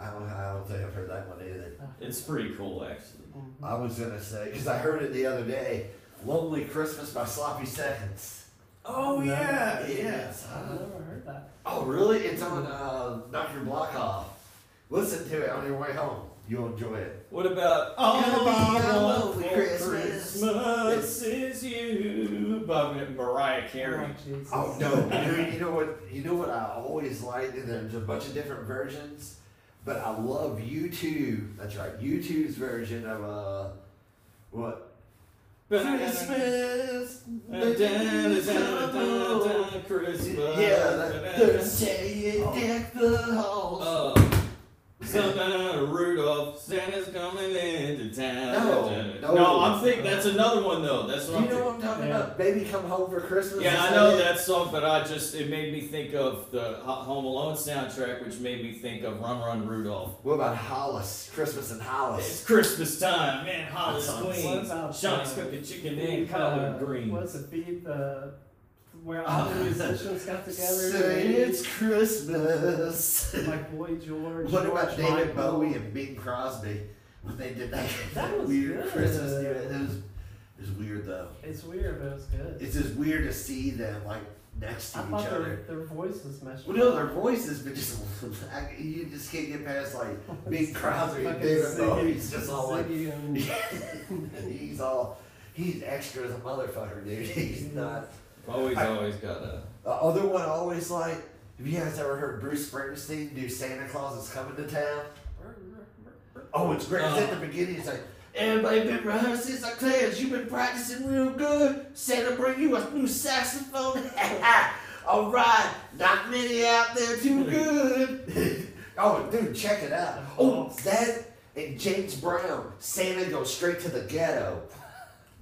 [SPEAKER 4] I, don't, I don't think I've heard that one either.
[SPEAKER 2] it's pretty cool, actually.
[SPEAKER 4] I was going to say, because I heard it the other day Lonely Christmas by Sloppy Seconds.
[SPEAKER 2] Oh,
[SPEAKER 3] yeah,
[SPEAKER 4] Yes.
[SPEAKER 3] I've never heard that.
[SPEAKER 4] Oh, really? It's on uh, Knock Your Block Off. Listen to it on your way home. You'll enjoy it.
[SPEAKER 2] What about
[SPEAKER 4] All I Want for
[SPEAKER 2] Christmas is You by Mariah Carey?
[SPEAKER 3] Oh, Jesus.
[SPEAKER 4] Oh no! You know, you know what? You know what? I always liked, and there's a bunch of different versions, but I love U two. That's right, U 2s version of uh, what? Christmas. Yeah,
[SPEAKER 2] Christmas.
[SPEAKER 4] that, they're saying deck the halls.
[SPEAKER 2] Oh. Something out of Rudolph. Santa's coming into town.
[SPEAKER 4] No,
[SPEAKER 2] no,
[SPEAKER 4] no.
[SPEAKER 2] I'm thinking that's another one though. That's
[SPEAKER 4] Do
[SPEAKER 2] what
[SPEAKER 4] you
[SPEAKER 2] I'm
[SPEAKER 4] know
[SPEAKER 2] thinking.
[SPEAKER 4] what I'm talking
[SPEAKER 3] Yeah.
[SPEAKER 4] about? Baby Come Home for Christmas.
[SPEAKER 2] Yeah, I
[SPEAKER 4] is
[SPEAKER 2] know
[SPEAKER 4] it?
[SPEAKER 2] that song, but I just it made me think of the Ho- Home Alone soundtrack, which made me think of Run Run Rudolph.
[SPEAKER 4] What about Hollis? Christmas and
[SPEAKER 2] It's
[SPEAKER 4] Hollis.
[SPEAKER 2] Christmas time, man. Hollis
[SPEAKER 4] What
[SPEAKER 2] Queens.
[SPEAKER 3] about,
[SPEAKER 2] Shawnee's
[SPEAKER 3] uh,
[SPEAKER 2] cooking chicken and
[SPEAKER 3] Beat,
[SPEAKER 2] collard
[SPEAKER 3] uh,
[SPEAKER 2] greens.
[SPEAKER 3] What's it beat the where all the musicians got together?
[SPEAKER 4] Say
[SPEAKER 3] and
[SPEAKER 4] it's Christmas.
[SPEAKER 3] they- like Boy George.
[SPEAKER 4] What about
[SPEAKER 3] George
[SPEAKER 4] David
[SPEAKER 3] Michael.
[SPEAKER 4] Bowie and Bing Crosby when they did that,
[SPEAKER 3] That was
[SPEAKER 4] weird
[SPEAKER 3] good.
[SPEAKER 4] Christmas? It was, it was weird though.
[SPEAKER 3] It's weird, but it's good.
[SPEAKER 4] It's just weird to see them like next to
[SPEAKER 3] I
[SPEAKER 4] each
[SPEAKER 3] thought
[SPEAKER 4] other.
[SPEAKER 3] their, their voices meshed.
[SPEAKER 4] Well, no,
[SPEAKER 3] up.
[SPEAKER 4] their voices, but just I- you just can't get past like Big Crosby and
[SPEAKER 3] Fucking
[SPEAKER 4] David
[SPEAKER 3] Ziggy-
[SPEAKER 4] Bowie. He's just all like,
[SPEAKER 3] Ziggy and-
[SPEAKER 4] he's all, he's extra as a motherfucker, dude. He's not.
[SPEAKER 2] Always,
[SPEAKER 4] I-
[SPEAKER 2] always got a.
[SPEAKER 4] The other one I always like. Have you guys ever heard Bruce Springsteen do Santa Claus is coming to town? Oh, it's great. it's at the beginning. It's like. Everybody been rehearsing since I class. You've been practicing real good. Santa bring you a new saxophone. All right, not many out there too good. oh, dude, check it out. Oh, that and James Brown. Santa goes straight to the ghetto.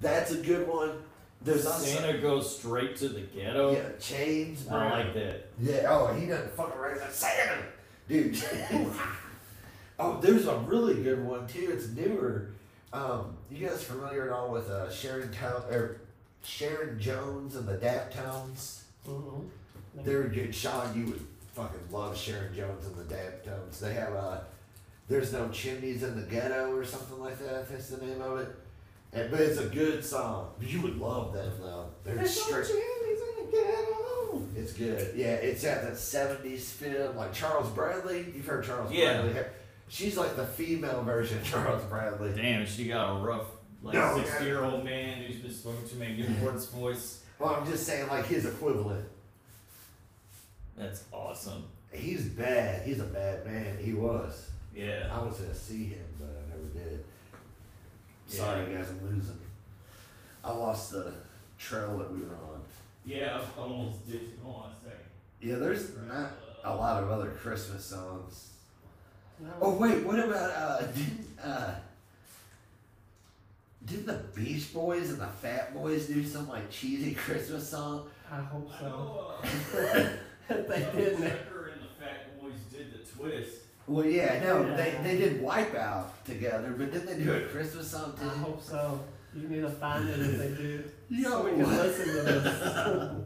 [SPEAKER 4] That's a good one. There's also
[SPEAKER 2] Santa goes straight to the ghetto.
[SPEAKER 4] yeah, James Brown.
[SPEAKER 2] I like that.
[SPEAKER 4] Yeah, oh, he doesn't fuck around. He's like, Santa! Dude. oh, there's a really good one, too. It's newer. Um, you guys familiar at all with uh, Sharon Town or Sharon Jones and the Daft Tones? Uh-huh.
[SPEAKER 3] Mhm.
[SPEAKER 4] They're good. Sean, you would fucking love Sharon Jones and the Daft Tones. They have uh, There's No Chimneys in the Ghetto or something like that, if that's the name of it. And, but it's a good song. You would love them, though. They're straight. It's good. Yeah, it's at that seventies feel like Charles Bradley. You've heard Charles
[SPEAKER 2] Yeah.
[SPEAKER 4] Bradley. She's like the female version of Charles Bradley.
[SPEAKER 2] Damn, she got a rough, like
[SPEAKER 4] No,
[SPEAKER 2] sixty year old man who's been smoking too many Newport's voice.
[SPEAKER 4] Well, I'm just saying like his equivalent.
[SPEAKER 2] That's awesome.
[SPEAKER 4] He's bad. He's a bad man. He was.
[SPEAKER 2] Yeah.
[SPEAKER 4] I was gonna see him, but I never did.
[SPEAKER 2] Yeah.
[SPEAKER 4] Sorry, guys, I'm losing. I lost the trail that we were on.
[SPEAKER 2] Yeah, I almost did. Hold on a second.
[SPEAKER 4] Yeah, there's not a lot of other Christmas songs.
[SPEAKER 3] No.
[SPEAKER 4] Oh wait, what about uh, didn't, uh, didn't the Beach Boys and the Fat Boys do some like cheesy Christmas song?
[SPEAKER 3] I hope
[SPEAKER 2] I
[SPEAKER 3] so.
[SPEAKER 2] know, uh,
[SPEAKER 3] they
[SPEAKER 2] Little
[SPEAKER 3] didn't.
[SPEAKER 2] Tucker and the Fat Boys did the twist.
[SPEAKER 4] Well, yeah, no,
[SPEAKER 3] Yeah.
[SPEAKER 4] they they did Wipeout together, but didn't they do a Christmas song
[SPEAKER 3] I
[SPEAKER 4] too?
[SPEAKER 3] hope so. You need to find it if they do.
[SPEAKER 4] Yo.
[SPEAKER 3] So we can listen to this.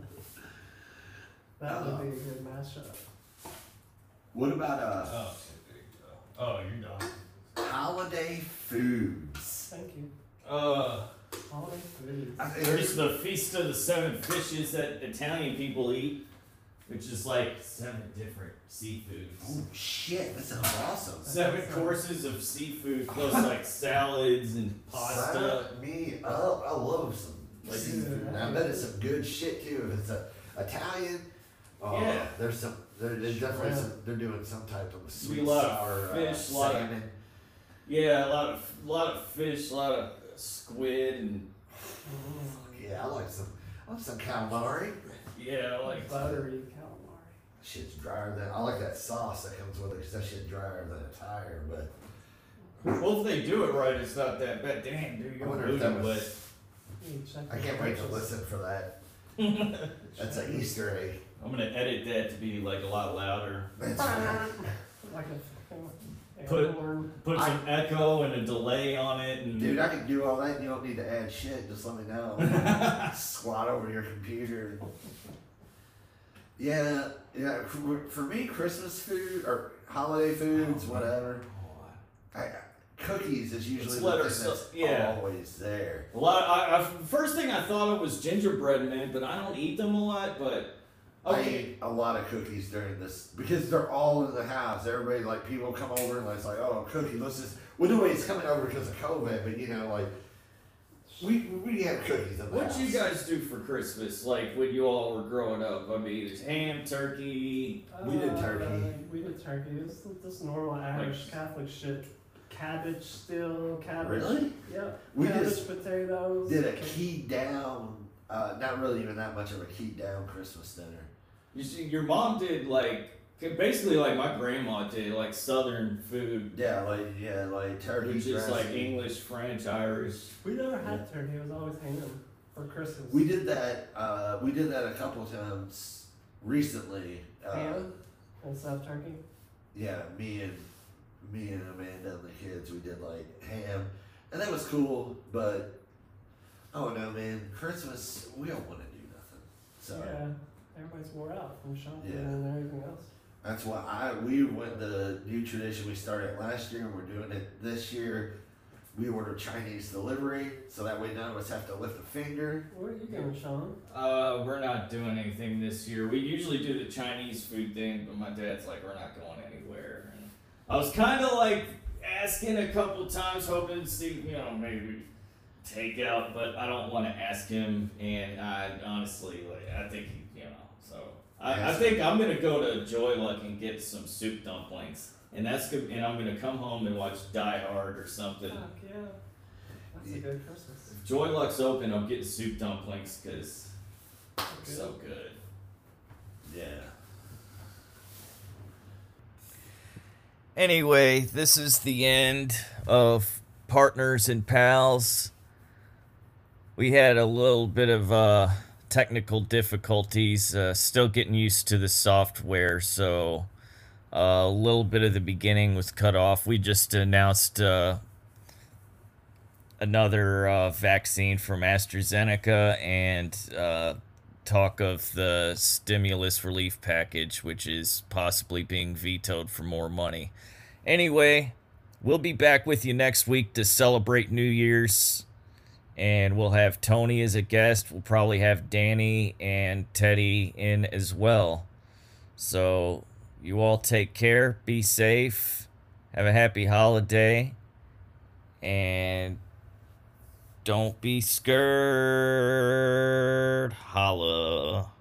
[SPEAKER 3] that would be a good
[SPEAKER 4] Uh-huh.
[SPEAKER 3] mashup.
[SPEAKER 4] What about uh,
[SPEAKER 2] Oh, shit, there you go. Oh, you're done.
[SPEAKER 4] holiday foods?
[SPEAKER 3] Thank you.
[SPEAKER 2] Uh,
[SPEAKER 3] Holiday foods.
[SPEAKER 4] I-
[SPEAKER 2] there's the Feast of the Seven Fishes that Italian people eat, which is like seven different seafoods.
[SPEAKER 4] oh shit, that sounds awesome.
[SPEAKER 2] Seven courses of seafood plus like salads and pasta.
[SPEAKER 4] Sign me up. I love some like seafood. And I bet it's some good shit too. If it's a Italian, oh,
[SPEAKER 2] Yeah.
[SPEAKER 4] there's some. They're, there's definitely
[SPEAKER 3] Yeah.
[SPEAKER 4] some, they're doing some type of sweet
[SPEAKER 2] love
[SPEAKER 4] sour uh,
[SPEAKER 2] fish, love-
[SPEAKER 4] salmon.
[SPEAKER 2] Yeah, a lot of lot of fish, a lot of squid, and
[SPEAKER 3] Mm,
[SPEAKER 4] Yeah, I like some. I like some calamari.
[SPEAKER 2] yeah, like
[SPEAKER 3] buttery calamari.
[SPEAKER 4] Shit's drier than I like that sauce that comes with it because that shit drier than a tire. But
[SPEAKER 2] well, if they do it right, it's not that bad. Damn, dude,
[SPEAKER 4] I
[SPEAKER 2] you're
[SPEAKER 4] wonder if that
[SPEAKER 2] moving, but
[SPEAKER 4] was.
[SPEAKER 3] You check
[SPEAKER 4] I
[SPEAKER 3] the
[SPEAKER 4] can't wait to
[SPEAKER 3] pictures.
[SPEAKER 4] listen for that. That's an Easter egg.
[SPEAKER 2] I'm gonna edit that to be like a lot louder.
[SPEAKER 3] Like a
[SPEAKER 2] Put-
[SPEAKER 3] fucking airborne.
[SPEAKER 2] Put some echo and a delay on it, and
[SPEAKER 4] Dude, I can do all that and you don't need to add shit. Just let me know. Squat over your computer. Yeah, yeah. For, for me, Christmas food or holiday foods,
[SPEAKER 2] Oh.
[SPEAKER 4] whatever. I, cookies is usually
[SPEAKER 2] Let's
[SPEAKER 4] the
[SPEAKER 2] let
[SPEAKER 4] thing
[SPEAKER 2] her
[SPEAKER 4] that's
[SPEAKER 2] sl- yeah.
[SPEAKER 4] always there.
[SPEAKER 2] a lot. I, I, first thing I thought of was gingerbread man, but I don't eat them a lot. But
[SPEAKER 4] I
[SPEAKER 2] okay,
[SPEAKER 4] eat a lot of cookies during this because they're all in the house. Everybody, like, people come over and like, it's like, oh, cookie, let's just. Well, no way, it's coming over because of COVID, but you know, like, we we have cookies in the
[SPEAKER 2] What'd you
[SPEAKER 4] house.
[SPEAKER 2] guys do for Christmas, like when you all were growing up? I mean, there's ham, turkey.
[SPEAKER 4] We did turkey.
[SPEAKER 3] Uh, we did turkey. It was this normal Irish Catholic shit. Cabbage still, cabbage.
[SPEAKER 4] Really?
[SPEAKER 3] Yeah.
[SPEAKER 4] We
[SPEAKER 3] cabbage
[SPEAKER 4] just
[SPEAKER 3] potatoes.
[SPEAKER 4] did a key down, uh, not really even that much of a key down Christmas dinner.
[SPEAKER 2] You see, your mom did like
[SPEAKER 5] Okay, Basically, like my grandma did, like Southern food,
[SPEAKER 4] Yeah, like yeah, like turkey.
[SPEAKER 5] which is like
[SPEAKER 4] dressing.
[SPEAKER 5] English, French, Irish.
[SPEAKER 3] We never had turkey. It was always ham for Christmas.
[SPEAKER 4] We did that. Uh, we did that a couple times recently. Uh,
[SPEAKER 3] ham instead of turkey.
[SPEAKER 4] yeah, me and me and Amanda and the kids, we did like ham, and that was cool. But I don't know, man. Christmas, we don't want to do nothing. So
[SPEAKER 3] Yeah, everybody's wore out from shopping
[SPEAKER 4] Yeah.
[SPEAKER 3] and everything else.
[SPEAKER 4] that's why I we went the new tradition we started last year, and we're doing it this year. We order Chinese delivery, so that way none of us have to lift a finger.
[SPEAKER 3] Where are you going, Sean?
[SPEAKER 5] Uh, we're not doing anything this year. We usually do the Chinese food thing, but my dad's like, we're not going anywhere. And I was kind of like asking a couple times, hoping to see, you know, maybe take out, but I don't want to ask him. And I honestly, like, I think, he, you know, so I, I
[SPEAKER 4] Yes.
[SPEAKER 5] think I'm gonna go to Joy Luck and get some soup dumplings, and that's good. And I'm gonna come home and watch Die Hard or something.
[SPEAKER 3] Fuck yeah. That's a good Christmas.
[SPEAKER 5] If Joy Luck's open, I'm getting soup dumplings because they're
[SPEAKER 3] Good.
[SPEAKER 5] so good.
[SPEAKER 4] Yeah.
[SPEAKER 2] Anyway, this is the end of Partners and Pals. We had a little bit of uh, technical difficulties, uh, still getting used to the software, so uh, a little bit of the beginning was cut off. We just announced uh, another uh, vaccine from AstraZeneca and uh, talk of the stimulus relief package, which is possibly being vetoed for more money. Anyway, we'll be back with you next week to celebrate New Year's. And we'll have Tony as a guest. We'll probably have Danny and Teddy in as well. So, you all take care. Be safe. Have a happy holiday. And don't be scared. Holla.